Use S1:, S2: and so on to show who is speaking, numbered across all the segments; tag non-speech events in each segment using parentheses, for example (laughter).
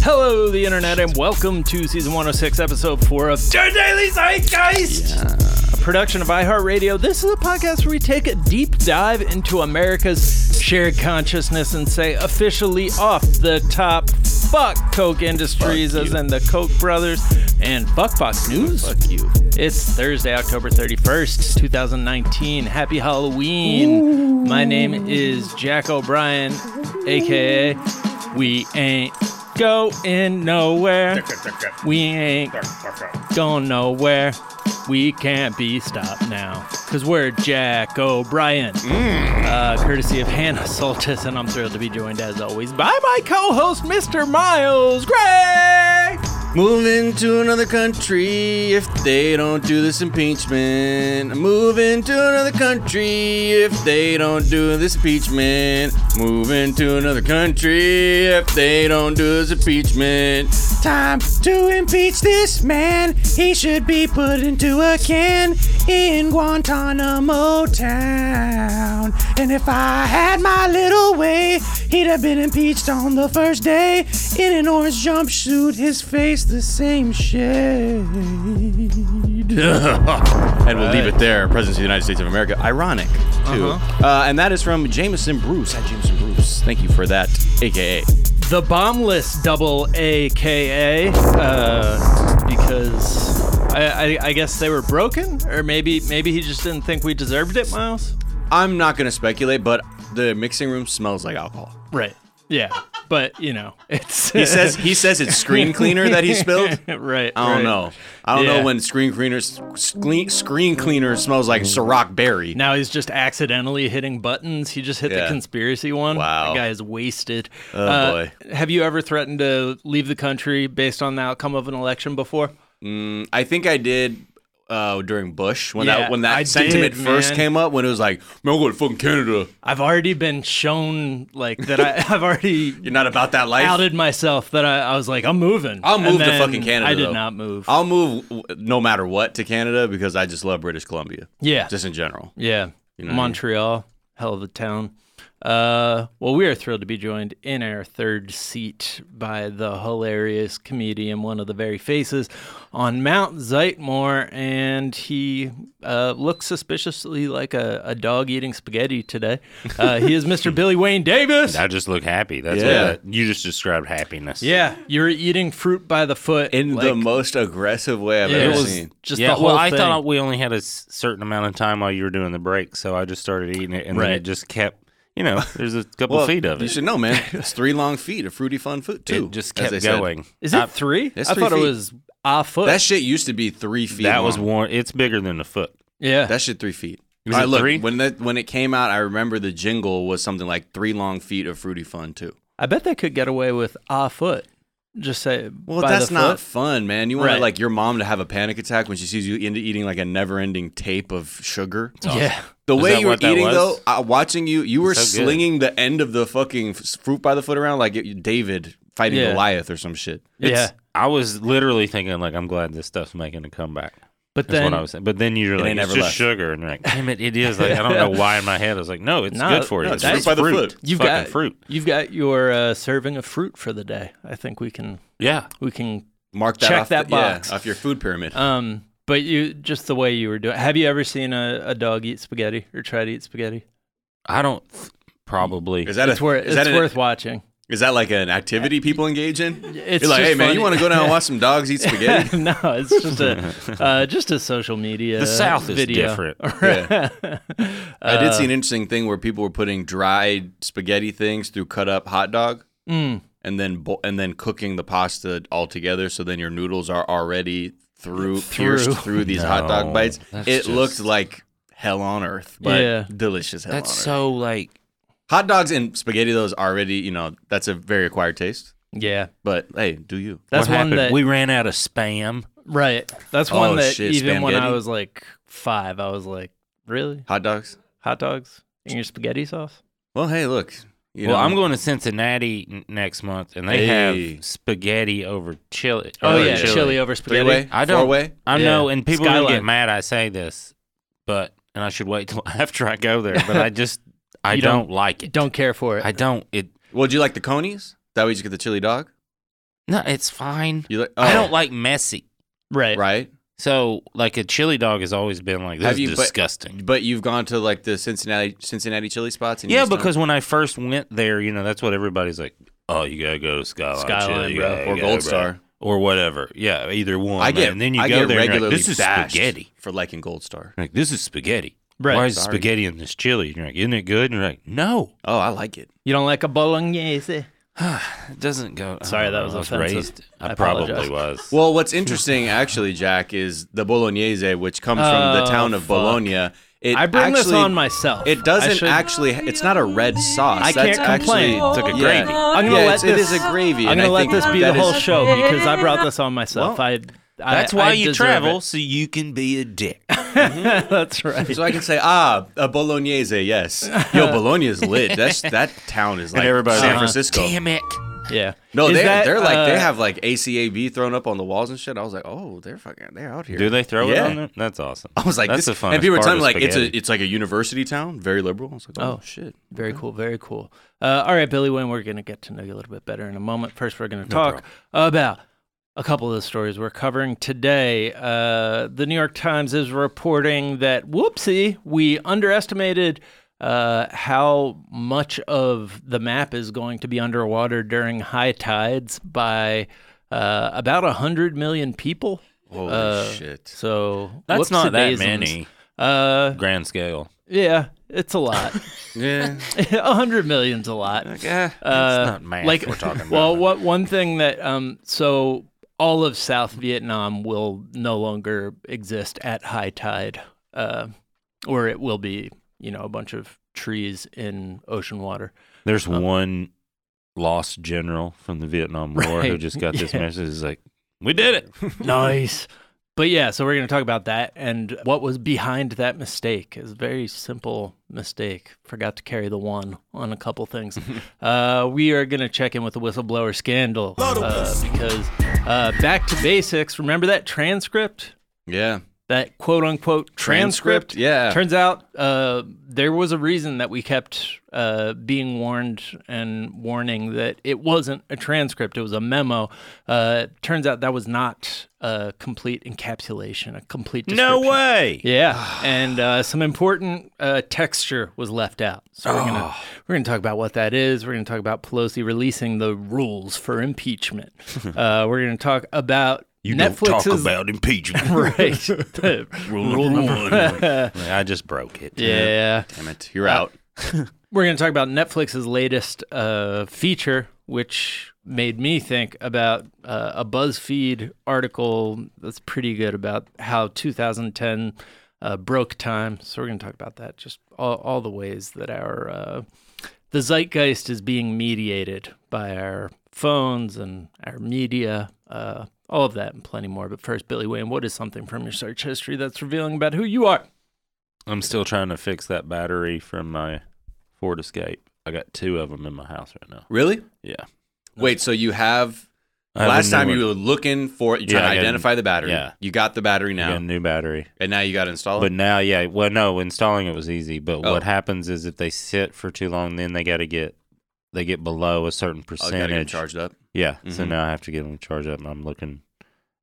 S1: Hello, the internet, and welcome to season 106, episode 4 of Your Daily Zeitgeist, a production of iHeartRadio. This is a podcast where we take a deep dive into America's shared consciousness and say officially off the top, fuck Coke Industries, as in the Koch brothers, and fuck Fox News. Fuck you. It's Thursday, October 31st, 2019. Happy Halloween. My name is Jack O'Brien, aka We Ain't Going Nowhere. We ain't going nowhere. We can't be stopped now. Because we're Jack O'Brien, uh, courtesy of Hannah Soltis, and I'm thrilled to be joined, as always, by my co host, Mr. Miles Gray.
S2: Moving to another country if they don't do this impeachment. Moving to another country if they don't do this impeachment. Moving to another country if they don't do this impeachment. Time to impeach this man. He should be put into a can in Guantanamo town. And if I had my little way, he'd have been impeached on the first day in an orange jumpsuit, his face the same (laughs) shade. and we'll leave it there. President of the United States of America. Ironic, too.
S1: Uh-huh.
S2: Uh, and that is from Jameson Bruce. At Jameson Bruce. Thank you for that, aka.
S1: The bombless double AKA, uh, because I, I, I guess they were broken, or maybe maybe he just didn't think we deserved it, Miles.
S2: I'm not going to speculate, but the mixing room smells like alcohol.
S1: Right. Yeah. But you know, it's
S2: He says
S1: (laughs)
S2: he says it's screen cleaner that he spilled.
S1: right.
S2: I
S1: right.
S2: don't know. I don't
S1: Yeah.
S2: know when screen cleaner screen, screen cleaner smells like Ciroc berry.
S1: Now he's just accidentally hitting buttons. He just hit the
S2: Yeah.
S1: conspiracy one.
S2: Wow.
S1: That guy is wasted. Oh
S2: boy.
S1: Have you ever threatened to leave the country based on the outcome of an election before?
S2: I think I did uh, during Bush when
S1: Yeah,
S2: that when that
S1: I
S2: sentiment
S1: did,
S2: first
S1: man.
S2: came up when it was like, "Man, I'm going to fucking Canada.
S1: I've already been shown like that I, (laughs) I've
S2: (laughs)
S1: already
S2: You're not about that life."
S1: outed myself that I, I was like, I'm moving.
S2: I'll
S1: And
S2: move to
S1: then
S2: fucking Canada.
S1: I did
S2: though.
S1: not move.
S2: I'll move w- no matter what to Canada because I just love British Columbia,
S1: yeah.
S2: just in general.
S1: yeah.
S2: know what I mean?
S1: Montreal, hell of a town. Uh, well, we are thrilled to be joined in our third seat by the hilarious comedian, one of the very faces on Mount Zeitmore. And he uh, looks suspiciously like a, a dog eating spaghetti today. Uh, he is
S2: (laughs)
S1: Mr. Billy Wayne Davis.
S3: I just look happy. That's
S2: Yeah.
S3: what that- you just described happiness.
S1: yeah, you're eating fruit by the foot.
S2: In the
S1: like,
S2: most aggressive way I've
S1: it
S2: ever
S1: was
S2: seen.
S1: just
S3: Yeah,
S1: the whole
S3: well, I
S1: thing.
S3: thought we only had a s- certain amount of time while you were doing the break, so I just started eating it, and then
S1: Right.
S3: it just kept, you know, (laughs) there's a couple feet of
S2: You
S3: it.
S2: should know,
S3: (laughs)
S2: man. It's three long feet of fruity fun food too.
S3: it just
S2: as
S3: kept
S2: they said.
S3: going.
S1: Is it three?
S2: It's
S1: I
S2: three
S1: thought it
S2: feet.
S1: was a foot.
S2: That shit used to be three feet.
S3: That was
S2: long.
S3: one. It's bigger than a foot.
S1: yeah.
S2: That shit three feet.
S3: Was
S2: All
S3: it
S2: right, look,
S3: three?
S2: when that when it came out, I remember the jingle was something like three long feet of fruity fun too.
S1: I bet they could get away with a foot. Just say
S2: Well,
S1: by
S2: that's
S1: the foot.
S2: not fun, man. You want
S1: Right.
S2: like your mom to have a panic attack when she sees you into eating like a never-ending tape of sugar.
S1: Yeah.
S2: The
S3: Is
S2: way
S3: that
S2: you were
S3: what that
S2: eating
S3: was?
S2: though, uh, watching you, you were
S3: So good.
S2: slinging the end of the fucking f- fruit by the foot around like it- David fighting
S1: Yeah.
S2: Goliath or some shit.
S1: yeah.
S3: I was literally thinking, like, I'm glad this stuff's making a comeback.
S1: But
S3: That's
S1: then
S3: what I was saying. But then you're
S2: And it
S3: like, it's
S2: never
S3: just
S2: left.
S3: sugar, and
S1: (laughs)
S3: you're like, damn it, it is. Like, I don't know why in my head I was like, no, it's
S1: No,
S3: good for you.
S1: no,
S3: it's
S1: that's-
S3: fruit by the
S2: fruit.
S3: fruit.
S1: you've
S3: Fucking
S1: got
S3: fruit.
S1: You've got your uh, serving of fruit for the day. I think we can
S3: Yeah,
S1: we can
S2: Mark that
S1: Check
S2: off
S1: that
S2: the- yeah,
S1: box.
S2: off your food pyramid.
S1: um but you just the way you were doing. Have you ever seen a, a dog eat spaghetti or try to eat spaghetti?
S3: I don't th- probably.
S2: is that
S1: It's
S2: a,
S1: worth it's
S2: is that an-
S1: worth watching.
S2: is that like an activity people engage in?
S1: It's
S2: You're
S1: just
S2: like, hey man,
S1: funny.
S2: you want to go down and
S1: (laughs)
S2: watch some dogs eat spaghetti?
S1: no, it's just a
S2: (laughs)
S1: uh, just a social media.
S3: The South is
S1: video. Uh, (laughs)
S3: different.
S2: I did see an interesting thing where people were putting dried spaghetti things through cut up hot dog,
S1: mm,
S2: and then bo- and then cooking the pasta all together. So then your noodles are already through,
S1: Through.
S2: pierced through these hot dog
S3: No,
S2: bites.
S3: that's
S2: It
S3: just-
S2: looked like hell on earth, but
S1: Yeah.
S2: delicious hell
S3: That's
S2: on earth.
S3: so like
S2: Hot dogs and spaghetti, those already, you know, that's a very acquired taste.
S1: Yeah,
S2: But hey, do you?
S1: that's
S3: what
S1: one
S3: happened?
S1: that
S3: we ran out of spam.
S1: Right. That's one
S2: Oh,
S1: that
S2: shit,
S1: even when I
S2: Spaghetti?
S1: was like five, I was like, really?
S2: Hot dogs?
S1: Hot dogs in your spaghetti sauce?
S2: Well, hey, look. You
S3: well,
S2: know,
S3: I'm going to Cincinnati n- next month, and they
S2: Hey.
S3: have spaghetti over chili.
S1: Oh,
S3: over
S1: yeah, chili. over
S2: three
S1: spaghetti.
S2: way,
S3: I
S2: four
S3: don't.
S2: way.
S3: I
S1: Yeah.
S3: know, and people are gonna
S1: Skyline.
S3: get mad. I say this, but and I should wait till (laughs) after I go there.
S2: (laughs)
S3: But I just I
S1: You
S3: don't,
S1: don't-
S3: like it.
S1: Don't care for it.
S3: I don't. It
S2: Well, do you like the conies? That way you just get the chili dog.
S3: No, it's fine.
S2: You like?
S3: I
S2: oh,
S3: don't like messy.
S1: Right.
S2: Right,
S3: So, like a chili dog has always been like this
S2: Have
S3: is
S2: you- but-
S3: disgusting.
S2: but you've gone to like the Cincinnati Cincinnati chili spots. And you
S3: yeah,
S2: just don't-
S3: because when I first went there, you know, that's what everybody's like. Oh, you gotta go to Skyline,
S1: Skyline,
S3: chili,
S1: bro.
S3: yeah, you
S2: or
S3: gotta
S2: Gold
S3: go,
S2: Star.
S3: or whatever. Yeah, either one.
S2: I get
S3: and then you
S2: I
S3: go
S2: get
S3: there. And you're
S2: regularly
S3: like, this is
S2: bashed
S3: spaghetti.
S2: for liking Gold Star.
S3: Like this is spaghetti.
S1: Right.
S3: Why is
S2: Sorry.
S3: spaghetti in this chili? And you're like, isn't it good? And you're like, no,
S2: Oh, I like it.
S1: You don't like a bolognese?
S3: it doesn't go.
S2: oh,
S3: I
S1: Sorry,
S3: don't
S1: that
S3: know,
S1: was
S3: I was
S1: offensive.
S3: raised. I,
S1: I
S3: probably
S1: apologize.
S3: was.
S2: Well, (laughs) what's interesting actually, Jack, is the Bolognese, which comes from the
S1: Oh,
S2: town of
S1: fuck.
S2: Bologna. It
S1: I bring this
S2: actually-
S1: on myself.
S2: It
S1: I
S2: doesn't
S1: should-
S2: actually. It's not a red sauce.
S1: I
S2: That's
S1: can't complain.
S2: Actually,
S3: It's like a
S2: yeah.
S3: gravy.
S1: I'm gonna
S2: yeah,
S1: let
S2: it's- it
S1: this-
S2: is a gravy.
S1: I'm
S2: and
S1: gonna
S2: I
S1: let
S2: think
S1: this be the
S2: that
S1: whole
S2: is-
S1: show because I brought this on myself. I, I
S3: That's why
S1: I
S3: you
S1: deserve
S3: travel
S1: it.
S3: so you can be a (laughs) dick.
S1: (laughs) That's right.
S2: So I can say, ah, a Bolognese, yes.
S3: (laughs)
S2: Yo, Bologna is lit. That's that town is like
S3: everybody's
S2: San
S3: like, "Ah,
S2: Francisco.
S3: Damn it!
S1: yeah.
S2: No,
S1: Is
S2: they
S1: that,
S2: they're like
S1: uh,
S2: they have like ACAB thrown up on the walls and shit. I was like, oh, they're fucking they're out here.
S3: Do they throw
S2: Yeah.
S3: it on there? That's awesome.
S2: I was like,
S3: that's
S2: this,
S3: the fun.
S2: and people were telling me like it's a it's like a university town, very liberal. I was like, oh,
S1: Oh.
S2: shit.
S1: Very cool. Very cool. Uh, all right, Billy Wynn, we're going to get to know you a little bit better in a moment. First, we're going to talk about a couple of the stories we're covering today. Uh, the New York Times is reporting that, whoopsie, we underestimated uh, how much of the map is going to be underwater during high tides by uh, about 100 million people.
S2: Holy
S1: Uh,
S2: shit.
S1: So
S3: That's not that
S1: whoopsie-daisies.
S3: many.
S1: Uh,
S3: Grand scale.
S1: yeah, it's a lot. (laughs)
S2: Yeah.
S1: 100 million's a lot.
S3: Yeah,
S1: Uh,
S3: it's not math
S1: like-
S3: we're talking about.
S1: Well, what one thing that um so all of South Vietnam will no longer exist at high tide, uh, or it will be you know a bunch of trees in ocean water.
S3: There's
S2: Oh.
S3: one lost general from the Vietnam War who
S1: Right,
S3: just got
S2: (laughs)
S3: this
S1: yeah.
S3: message. He's like, "We did it."
S1: Nice. But yeah, so we're going to talk about that and what was behind that mistake. It's a very simple mistake. Forgot to carry the one on a couple things. uh, we are going to check in with the whistleblower scandal uh, because uh, back to basics. Remember that transcript?
S2: Yeah.
S1: that quote unquote transcript.
S2: Transcript, yeah.
S1: Turns out uh, there was a reason that we kept uh, being warned and warning that it wasn't a transcript, it was a memo. Uh, turns out that was not a complete encapsulation, a complete
S3: no
S1: description.
S3: way.
S1: Yeah, and uh, some important uh, texture was left out. So we're
S3: Oh.
S1: gonna we're gonna talk about what that is. We're gonna talk about Pelosi releasing the rules for
S3: (laughs)
S1: impeachment. uh, we're gonna talk about
S3: You don't
S1: Netflix's
S3: talk
S2: (laughs)
S3: about impeachment. (laughs)
S1: right (laughs) the
S3: Rule number one. I just broke it.
S1: Yeah.
S2: Damn it. You're
S3: Uh,
S2: out.
S1: We're going to talk about Netflix's latest uh, feature, which made me think about uh, a BuzzFeed article that's pretty good about how 2010 uh, broke time. So we're going to talk about that, just all, all the ways that our uh, the zeitgeist is being mediated by our phones and our media. Uh, all of that and plenty more. But first, Billy Wayne, what is something from your search history that's revealing about who you are?
S3: I'm still trying to fix that battery from my Ford Escape. I got two of them in my house right now.
S2: Really?
S3: Yeah.
S2: Wait, so you have
S3: I have a
S2: last
S3: new
S2: time
S3: one.
S2: you were looking for it, you're trying
S3: Yeah, I
S2: to
S3: got-
S2: identify the battery.
S3: yeah.
S2: You got the battery
S3: I got
S2: now.
S3: a new battery.
S2: And now you gotta install
S3: But
S2: it.
S3: now, yeah, well, no, installing it was easy. But
S2: Oh.
S3: what happens is if they sit for too long, then they got to get they get below a certain
S2: Oh, you gotta get it
S3: percentage.
S2: charged up.
S3: yeah, so
S2: Mhm.
S3: now I have to get them charged up, and I'm looking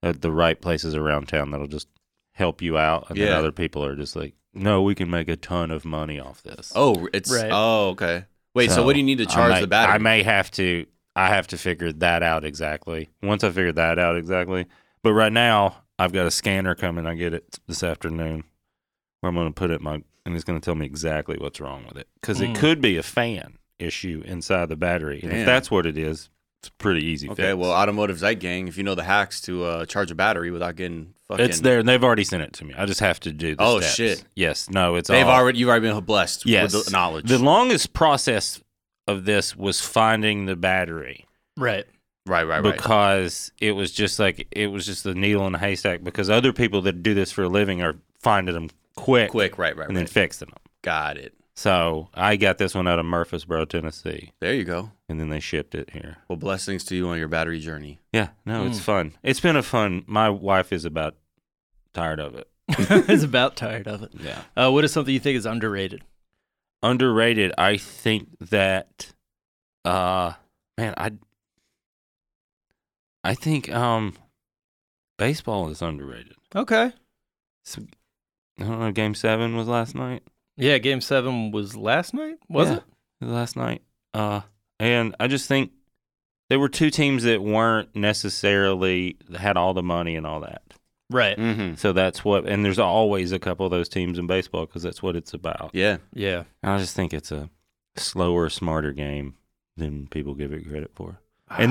S3: at the right places around town that'll just help you out, and then
S2: Yeah.
S3: other people are just like, "No, we can make a ton of money off this."
S2: Oh, it's
S1: Right.
S2: oh okay. Wait, so, what do you need to
S3: I
S2: charge
S3: may-
S2: the battery?
S3: I may have to. I have to figure that out exactly. Once I figure that out exactly, but right now I've got a scanner coming. I get it this afternoon, where I'm going to put it my, and it's going to tell me exactly what's wrong with it because
S1: Mm.
S3: it could be a fan issue inside the battery, and
S2: Damn.
S3: if that's what it is, it's a pretty easy.
S2: okay,
S3: fix.
S2: well, automotive zeit gang, if you know the hacks to uh, charge a battery without getting fucking,
S3: it's there, and they've already sent it to me. I just have to do. The
S2: Oh,
S3: steps.
S2: shit.
S3: Yes, no, it's
S2: They've
S3: all,
S2: already you've already been blessed
S3: yes
S2: with the knowledge.
S3: The longest process of this was finding the battery.
S1: Right.
S2: right, right, right.
S3: because it was just like it was just the needle in a haystack because other people that do this for a living are finding them quick,
S2: Quick, right, right,
S3: and then
S2: right.
S3: fixing them.
S2: Got it.
S3: So I got this one out of Murfreesboro, Tennessee,
S2: There you go.
S3: and then they shipped it here.
S2: Well, blessings to you on your battery journey.
S3: Yeah, no,
S2: Hmm.
S3: it's fun. It's been a fun. My wife is about tired of it.
S1: (laughs) It's about tired of it.
S3: Yeah,
S1: Uh, what is something you think is underrated?
S3: underrated. I think that, uh, man, I I think um, baseball is underrated.
S1: Okay.
S3: So, I don't know. Game seven was last night.
S1: Yeah, game seven was last night, was
S3: Yeah,
S1: it?
S3: last night? Uh, and I just think there were two teams that weren't necessarily had all the money and all that.
S1: Right.
S2: Mm-hmm.
S3: So that's what, and there's always a couple of those teams in baseball because that's what it's about.
S2: Yeah.
S1: Yeah.
S3: And I just think it's a slower, smarter game than people give it credit for. And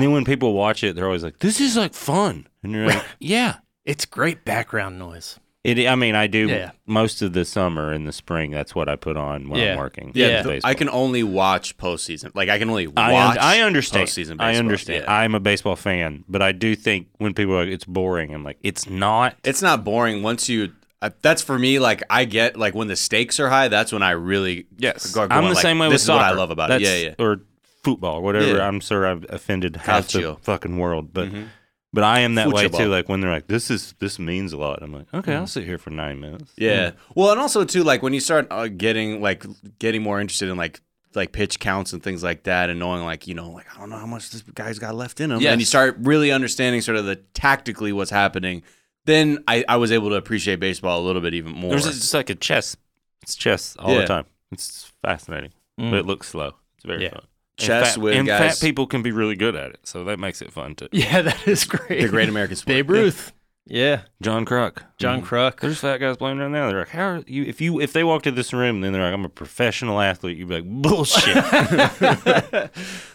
S1: (sighs)
S3: then when people watch it, they're always like, "This is like fun," and
S1: (laughs)
S3: you're like, "Yeah."
S1: It's great background noise.
S3: It. I mean, I do
S1: Yeah.
S3: most of the summer and the spring. That's what I put on when
S1: Yeah.
S3: I'm working.
S1: Yeah,
S3: in
S1: the-
S3: baseball.
S2: I can only watch postseason. Like I can only watch.
S3: I, un- I understand.
S2: Postseason baseball.
S3: I understand.
S2: Yeah.
S3: I'm a baseball fan, but I do think when people are like, it's boring, I'm like, it's not.
S2: it's not boring once you. I, that's for me. Like I get like when the stakes are high. That's when I really.
S3: Yes,
S2: go- go
S3: I'm
S2: on,
S3: the
S2: like,
S3: same way
S2: this
S3: with
S2: is
S3: soccer.
S2: what I love about it.
S3: That's- (laughs)
S2: Yeah, yeah.
S3: Or football, whatever.
S2: Yeah. Mm-hmm.
S3: I'm sure I've offended half the
S2: Calcio.
S3: fucking world, but but I am that way
S2: Futebol.
S3: too. Like when they're like, this is this means a lot. I'm like, okay, I'll sit here for nine minutes.
S2: Mm-hmm. Yeah. Well, and also too, like when you start uh, getting like getting more interested in like like pitch counts and things like that, and knowing like you know like I don't know how much this guy's got left in him,
S1: Yes.
S2: and you start really understanding sort of the tactically what's happening. Then I, I was able to appreciate baseball a little bit even more.
S3: There's just like a chess. It's chess all
S2: Yeah.
S3: the time. It's fascinating,
S1: Mm.
S3: but it looks slow. It's very
S1: Yeah.
S3: fun.
S2: Chess
S3: and fat,
S2: with
S3: and
S2: guys-
S3: fat people can be really good at it, so that makes it fun too.
S1: (laughs) Yeah, that is great.
S2: the Great American
S1: (laughs)
S2: Sport.
S1: Babe Ruth. Yeah.
S3: John Kruk,
S1: John Kruk.
S3: There's fat guys playing right now. They're like, how are you? If you if they walked into this room, then they're like, I'm a professional athlete. You'd be like, bullshit.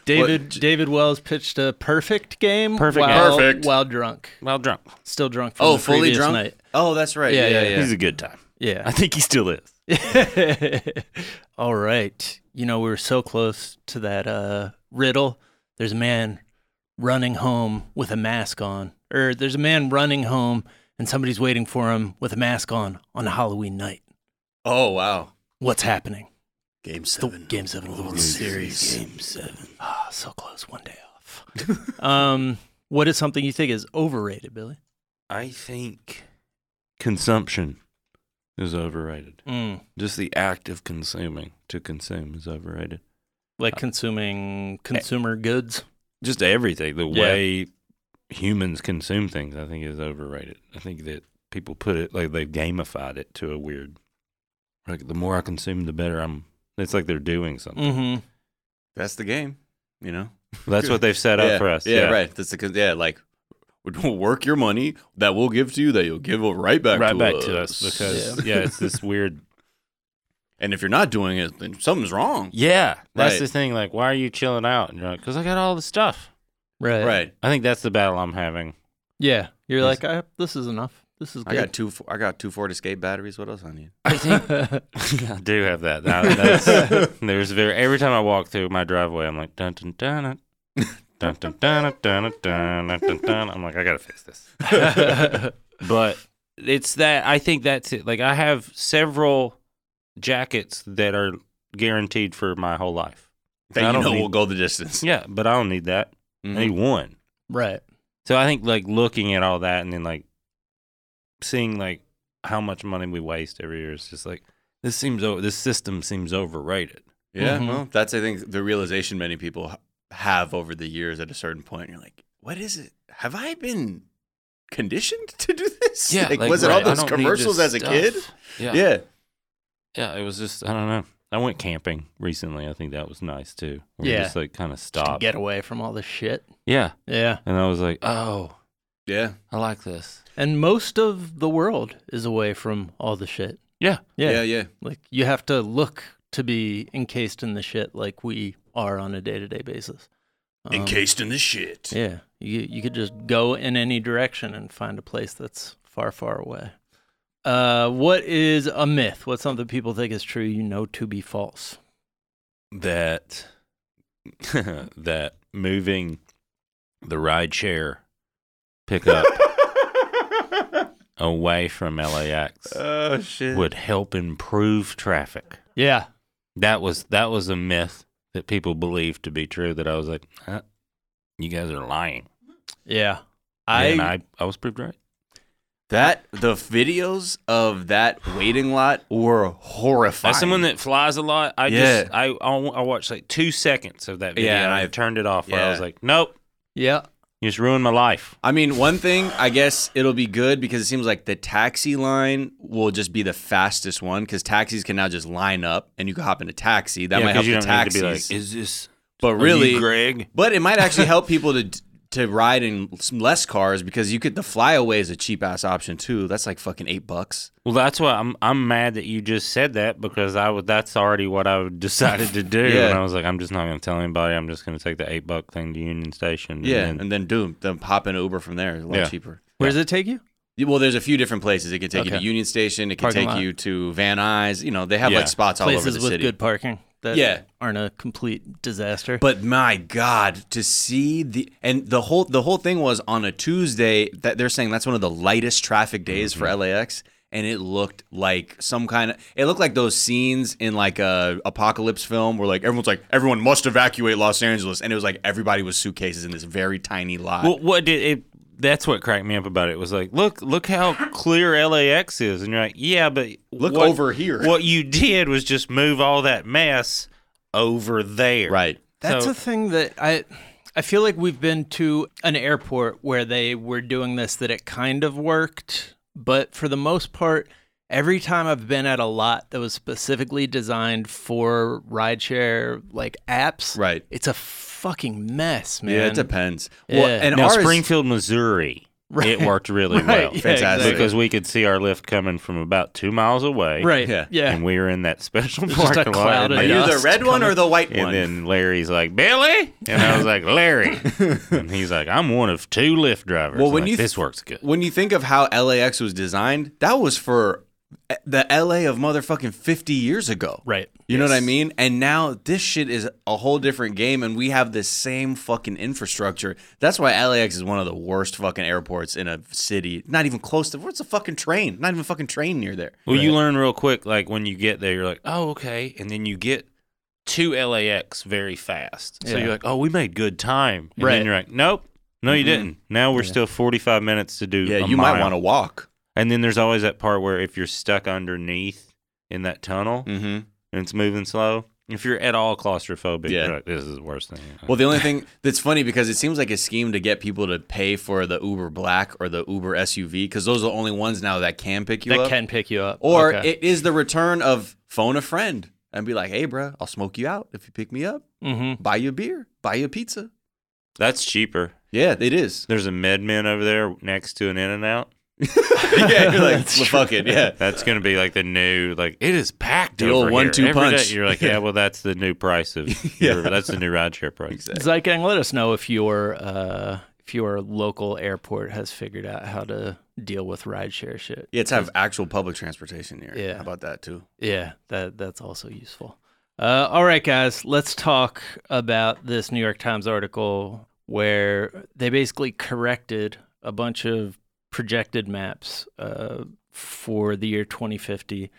S1: David David Wells pitched a perfect game.
S3: Perfect
S1: while,
S2: game. Perfect.
S1: While drunk,
S3: well, drunk.
S1: still drunk. From
S2: Oh,
S1: the
S2: fully
S1: previous
S2: drunk.
S1: Night.
S2: Oh, that's right.
S1: Yeah,
S2: Yeah, yeah,
S1: yeah,
S2: yeah.
S3: He's a good time. I
S1: Yeah.
S3: think he still is.
S1: (laughs) All right. You know we were so close to that uh, riddle. There's a man running home with a mask on, or there's a man running home and somebody's waiting for him with a mask on on Halloween night.
S2: Oh wow.
S1: What's happening?
S2: Game
S1: The
S2: seven.
S1: game seven of the World
S2: Series.
S1: Series. Game seven. Ah, so close. One day off. (laughs) um, what is something you think is overrated, Billy?
S3: I think consumption is overrated.
S1: Mm.
S3: Just the act of consuming to consume is overrated.
S1: like consuming consumer goods.
S3: Just everything, the
S1: Yeah.
S3: way humans consume things, I think is overrated. I think that people put it like they've gamified it to a weird. Like the more I consume, the better I'm. It's like they're doing something.
S1: Mm-hmm.
S2: That's the game. You know.
S3: That's what they've set up
S2: yeah,
S3: for us.
S2: Yeah, right. That's the yeah, like (laughs) we'll work your money that we'll give to you that you'll give right back
S3: right
S2: to
S3: back
S2: us.
S3: to
S2: (laughs)
S3: us because yeah. it's this weird.
S2: And if you're not doing it, then something's wrong.
S3: Yeah, that's
S2: Right.
S3: the thing. Like, why are you chilling out? And you're like, because I got all the stuff.
S1: Right.
S2: Right.
S3: I think that's the battle I'm having. (laughs)
S1: Yeah. You're like, I, this is enough. This is
S2: I got
S1: good.
S2: two. I got two Ford Escape batteries. What else I
S3: (laughs)
S2: need?
S3: I think I do have that. Now, that's-
S2: (laughs)
S3: there's very every time I walk through my driveway, I'm like dun dun dun. dun. Dun, dun, dun, dun, dun, dun, dun, dun. I'm like, I gotta fix this.
S2: (laughs)
S3: but it's that I think that's it. Like I have several jackets that are guaranteed for my whole life. I
S2: That you
S3: don't
S2: know
S3: need-
S2: will go the distance.
S3: Yeah, but I don't need that.
S2: Mhm.
S3: I need one.
S1: (laughs) right.
S3: Mm-hmm. So I think like looking at all that and then like seeing like how much money we waste every year is just like this seems o this system seems overrated.
S2: Yeah.
S3: Mm-hmm.
S1: Mhm.
S2: Well, that's I think the realization many people ha- have over the years. At a certain point, you're like, "What is it? Have I been conditioned (laughs) to do this? like, was
S3: right,
S2: it
S3: I
S2: all those
S3: don't need
S2: commercials
S3: this
S2: as a
S3: stuff.
S2: kid?
S3: Yeah. yeah,
S2: Yeah.
S3: It was just I don't know. I went camping recently. I think that was nice too. We
S1: Yeah.
S3: just like kind of
S1: To
S3: stopped.
S1: get away from all this shit.
S3: yeah,
S1: Yeah.
S3: and I was like, oh,
S2: Yeah.
S3: I like this.
S1: And most of the world is away from all the shit.
S3: Yeah,
S1: Yeah.
S2: Yeah. Yeah.
S1: Like you have to look to be encased in the shit like we are on a day to day basis. Um,
S2: Encased in the shit.
S1: Yeah. You, you could just go in any direction and find a place that's far, far away. Uh, what is a myth? What's something people think is true you know to be false?
S3: that (laughs) that moving the ride share (laughs) pickup away from LAX
S2: Oh shit.
S3: would help improve traffic.
S1: Yeah.
S3: That was that was a myth that people believed to be true. That I was like, huh, you guys are lying.
S1: Yeah.
S3: and
S1: I,
S3: I I was proved right.
S2: That the videos of that waiting lot were horrifying.
S3: As someone that flies a lot, I
S2: Yeah.
S3: just I I wa- I watched like two seconds of that video
S2: Yeah, and
S3: and I
S2: I've-
S3: turned it off. Where I was
S2: yeah.
S3: like, nope,
S1: yeah.
S3: You just ruined my life.
S2: I mean, one thing, I guess it'll be good because it seems like the taxi line will just be the fastest one because taxis can now just line up and you can hop in a taxi. That
S3: Yeah,
S2: might help
S3: 'cause you
S2: the
S3: don't need to
S2: taxis.
S3: be like, is this
S2: but
S3: are you
S2: really,
S3: Greg?
S2: but it might actually
S3: (laughs)
S2: help people to to ride in some less cars because you could the flyaway is a cheap ass option too. That's like fucking eight bucks.
S3: Well, that's why I'm I'm mad that you just said that because I was that's already what I (laughs) decided to do.
S2: Yeah.
S3: And I was like, I'm just not going to tell anybody. I'm just going to take the eight buck thing to Union Station. and
S2: Yeah,
S3: then-
S2: and then do them hop in Uber from there. A lot
S3: Yeah.
S2: cheaper.
S1: Where does it take you?
S2: Yeah, Well, there's a few different places. It can take you
S1: Okay.
S2: to Union Station. It can
S1: Parking
S2: take
S1: lot.
S2: you to Van Nuys. You know, they have
S3: Yeah.
S2: like spots all over
S1: Places
S2: the
S1: with
S2: city.
S1: good parking that
S2: Yeah.
S1: aren't a complete disaster.
S2: But my God, to see the and the whole the whole thing was on a Tuesday that they're saying that's one of the lightest traffic days
S1: Mm-hmm.
S2: for LAX, and it looked like some kind of it looked like those scenes in like a apocalypse film where like everyone's like everyone must evacuate Los Angeles, and it was like everybody was suitcases in this very tiny lot.
S3: Well, what did it? That's what cracked me up about it. Was like, look, look how clear LAX is, and you're like, yeah, but
S2: Look
S3: what-
S2: over here.
S3: What you did was just move all that mess over there,
S2: right.
S1: That's
S3: So-
S1: a thing that I I feel like we've been to an airport where they were doing this that it kind of worked, but for the most part every time I've been at a lot that was specifically designed for rideshare like apps,
S2: Right.
S1: It's a fucking mess, man.
S2: Yeah, it depends.
S1: Yeah.
S2: Well, and
S3: now,
S2: ours,
S3: Springfield, Missouri, it
S2: (laughs)
S3: worked
S1: (laughs)
S3: really
S1: Right,
S3: well
S1: yeah,
S2: Fantastic.
S1: exactly.
S3: because we could see our lift coming from about two miles away,
S1: Right.
S2: Yeah.
S1: Yeah.
S3: And we were in that (laughs) special
S1: just a
S3: parking lot,
S1: cloud of
S2: Are
S3: and,
S2: you the
S1: Dust
S2: red one or the white
S3: and
S2: one?
S3: then Larry's like, Billy, and I was like, (laughs) Larry, and he's like, I'm one of two lift drivers.
S2: Well,
S3: I'm
S2: when
S3: like,
S2: you th-
S3: this works good.
S2: when you think of how LAX was designed, that was for the LA of motherfucking 50 years ago.
S1: Right.
S2: You know what I mean? And now this shit is a whole different game and we have the same fucking infrastructure. That's why LAX is one of the worst fucking airports in a city. Not even close to where's a fucking train? Not even a fucking train near there.
S3: Well, you learn real quick. Like when you get there, you're like, oh, okay. And then you get to LAX very fast. So
S1: Yeah.
S3: you're like, oh, we made good time. And
S1: Right.
S3: then you're like, nope. No, you didn't. Now we're still 45 minutes to do.
S2: Yeah,
S3: a
S2: you might
S3: mile.
S2: want to walk.
S3: And then there's always that part where if you're stuck underneath in that tunnel
S2: Mm-hmm.
S3: and it's moving slow, if you're at all claustrophobic,
S2: Yeah.
S3: you're like, this is the worst thing.
S2: Well, the only thing that's funny because it seems like a scheme to get people to pay for the Uber Black or the Uber SUV because those are the only ones now that can pick you
S1: That
S2: up.
S1: can pick you up.
S2: Or
S1: Okay.
S2: it is the return of phone a friend and be like, hey, bro, I'll smoke you out if you pick me up.
S1: Mhm.
S2: Buy you a beer, buy you a pizza.
S3: That's cheaper.
S2: Yeah,
S1: (laughs)
S2: it is. (laughs)
S3: There's a MedMen over there next to an In and Out.
S2: yeah, you're like, well, fuck it. Yeah.
S3: That's going to be like the new, like it is packed.
S2: The old
S3: over here.
S2: one-two
S3: Every
S2: punch.
S3: day you're like, yeah, well, that's the new
S2: (laughs)
S3: price of.
S2: Yeah.
S3: yeah. that's the new rideshare price.
S2: Exactly.
S1: Zygang, let us know if your uh, if your local airport has figured out how to deal with rideshare shit.
S2: Yeah, to have actual public transportation here.
S1: Yeah.
S2: How about that, too?
S1: Yeah, that that's also useful. Uh, all right, guys, let's talk about this New York Times article where they basically corrected a bunch of projected maps uh, for the year 2050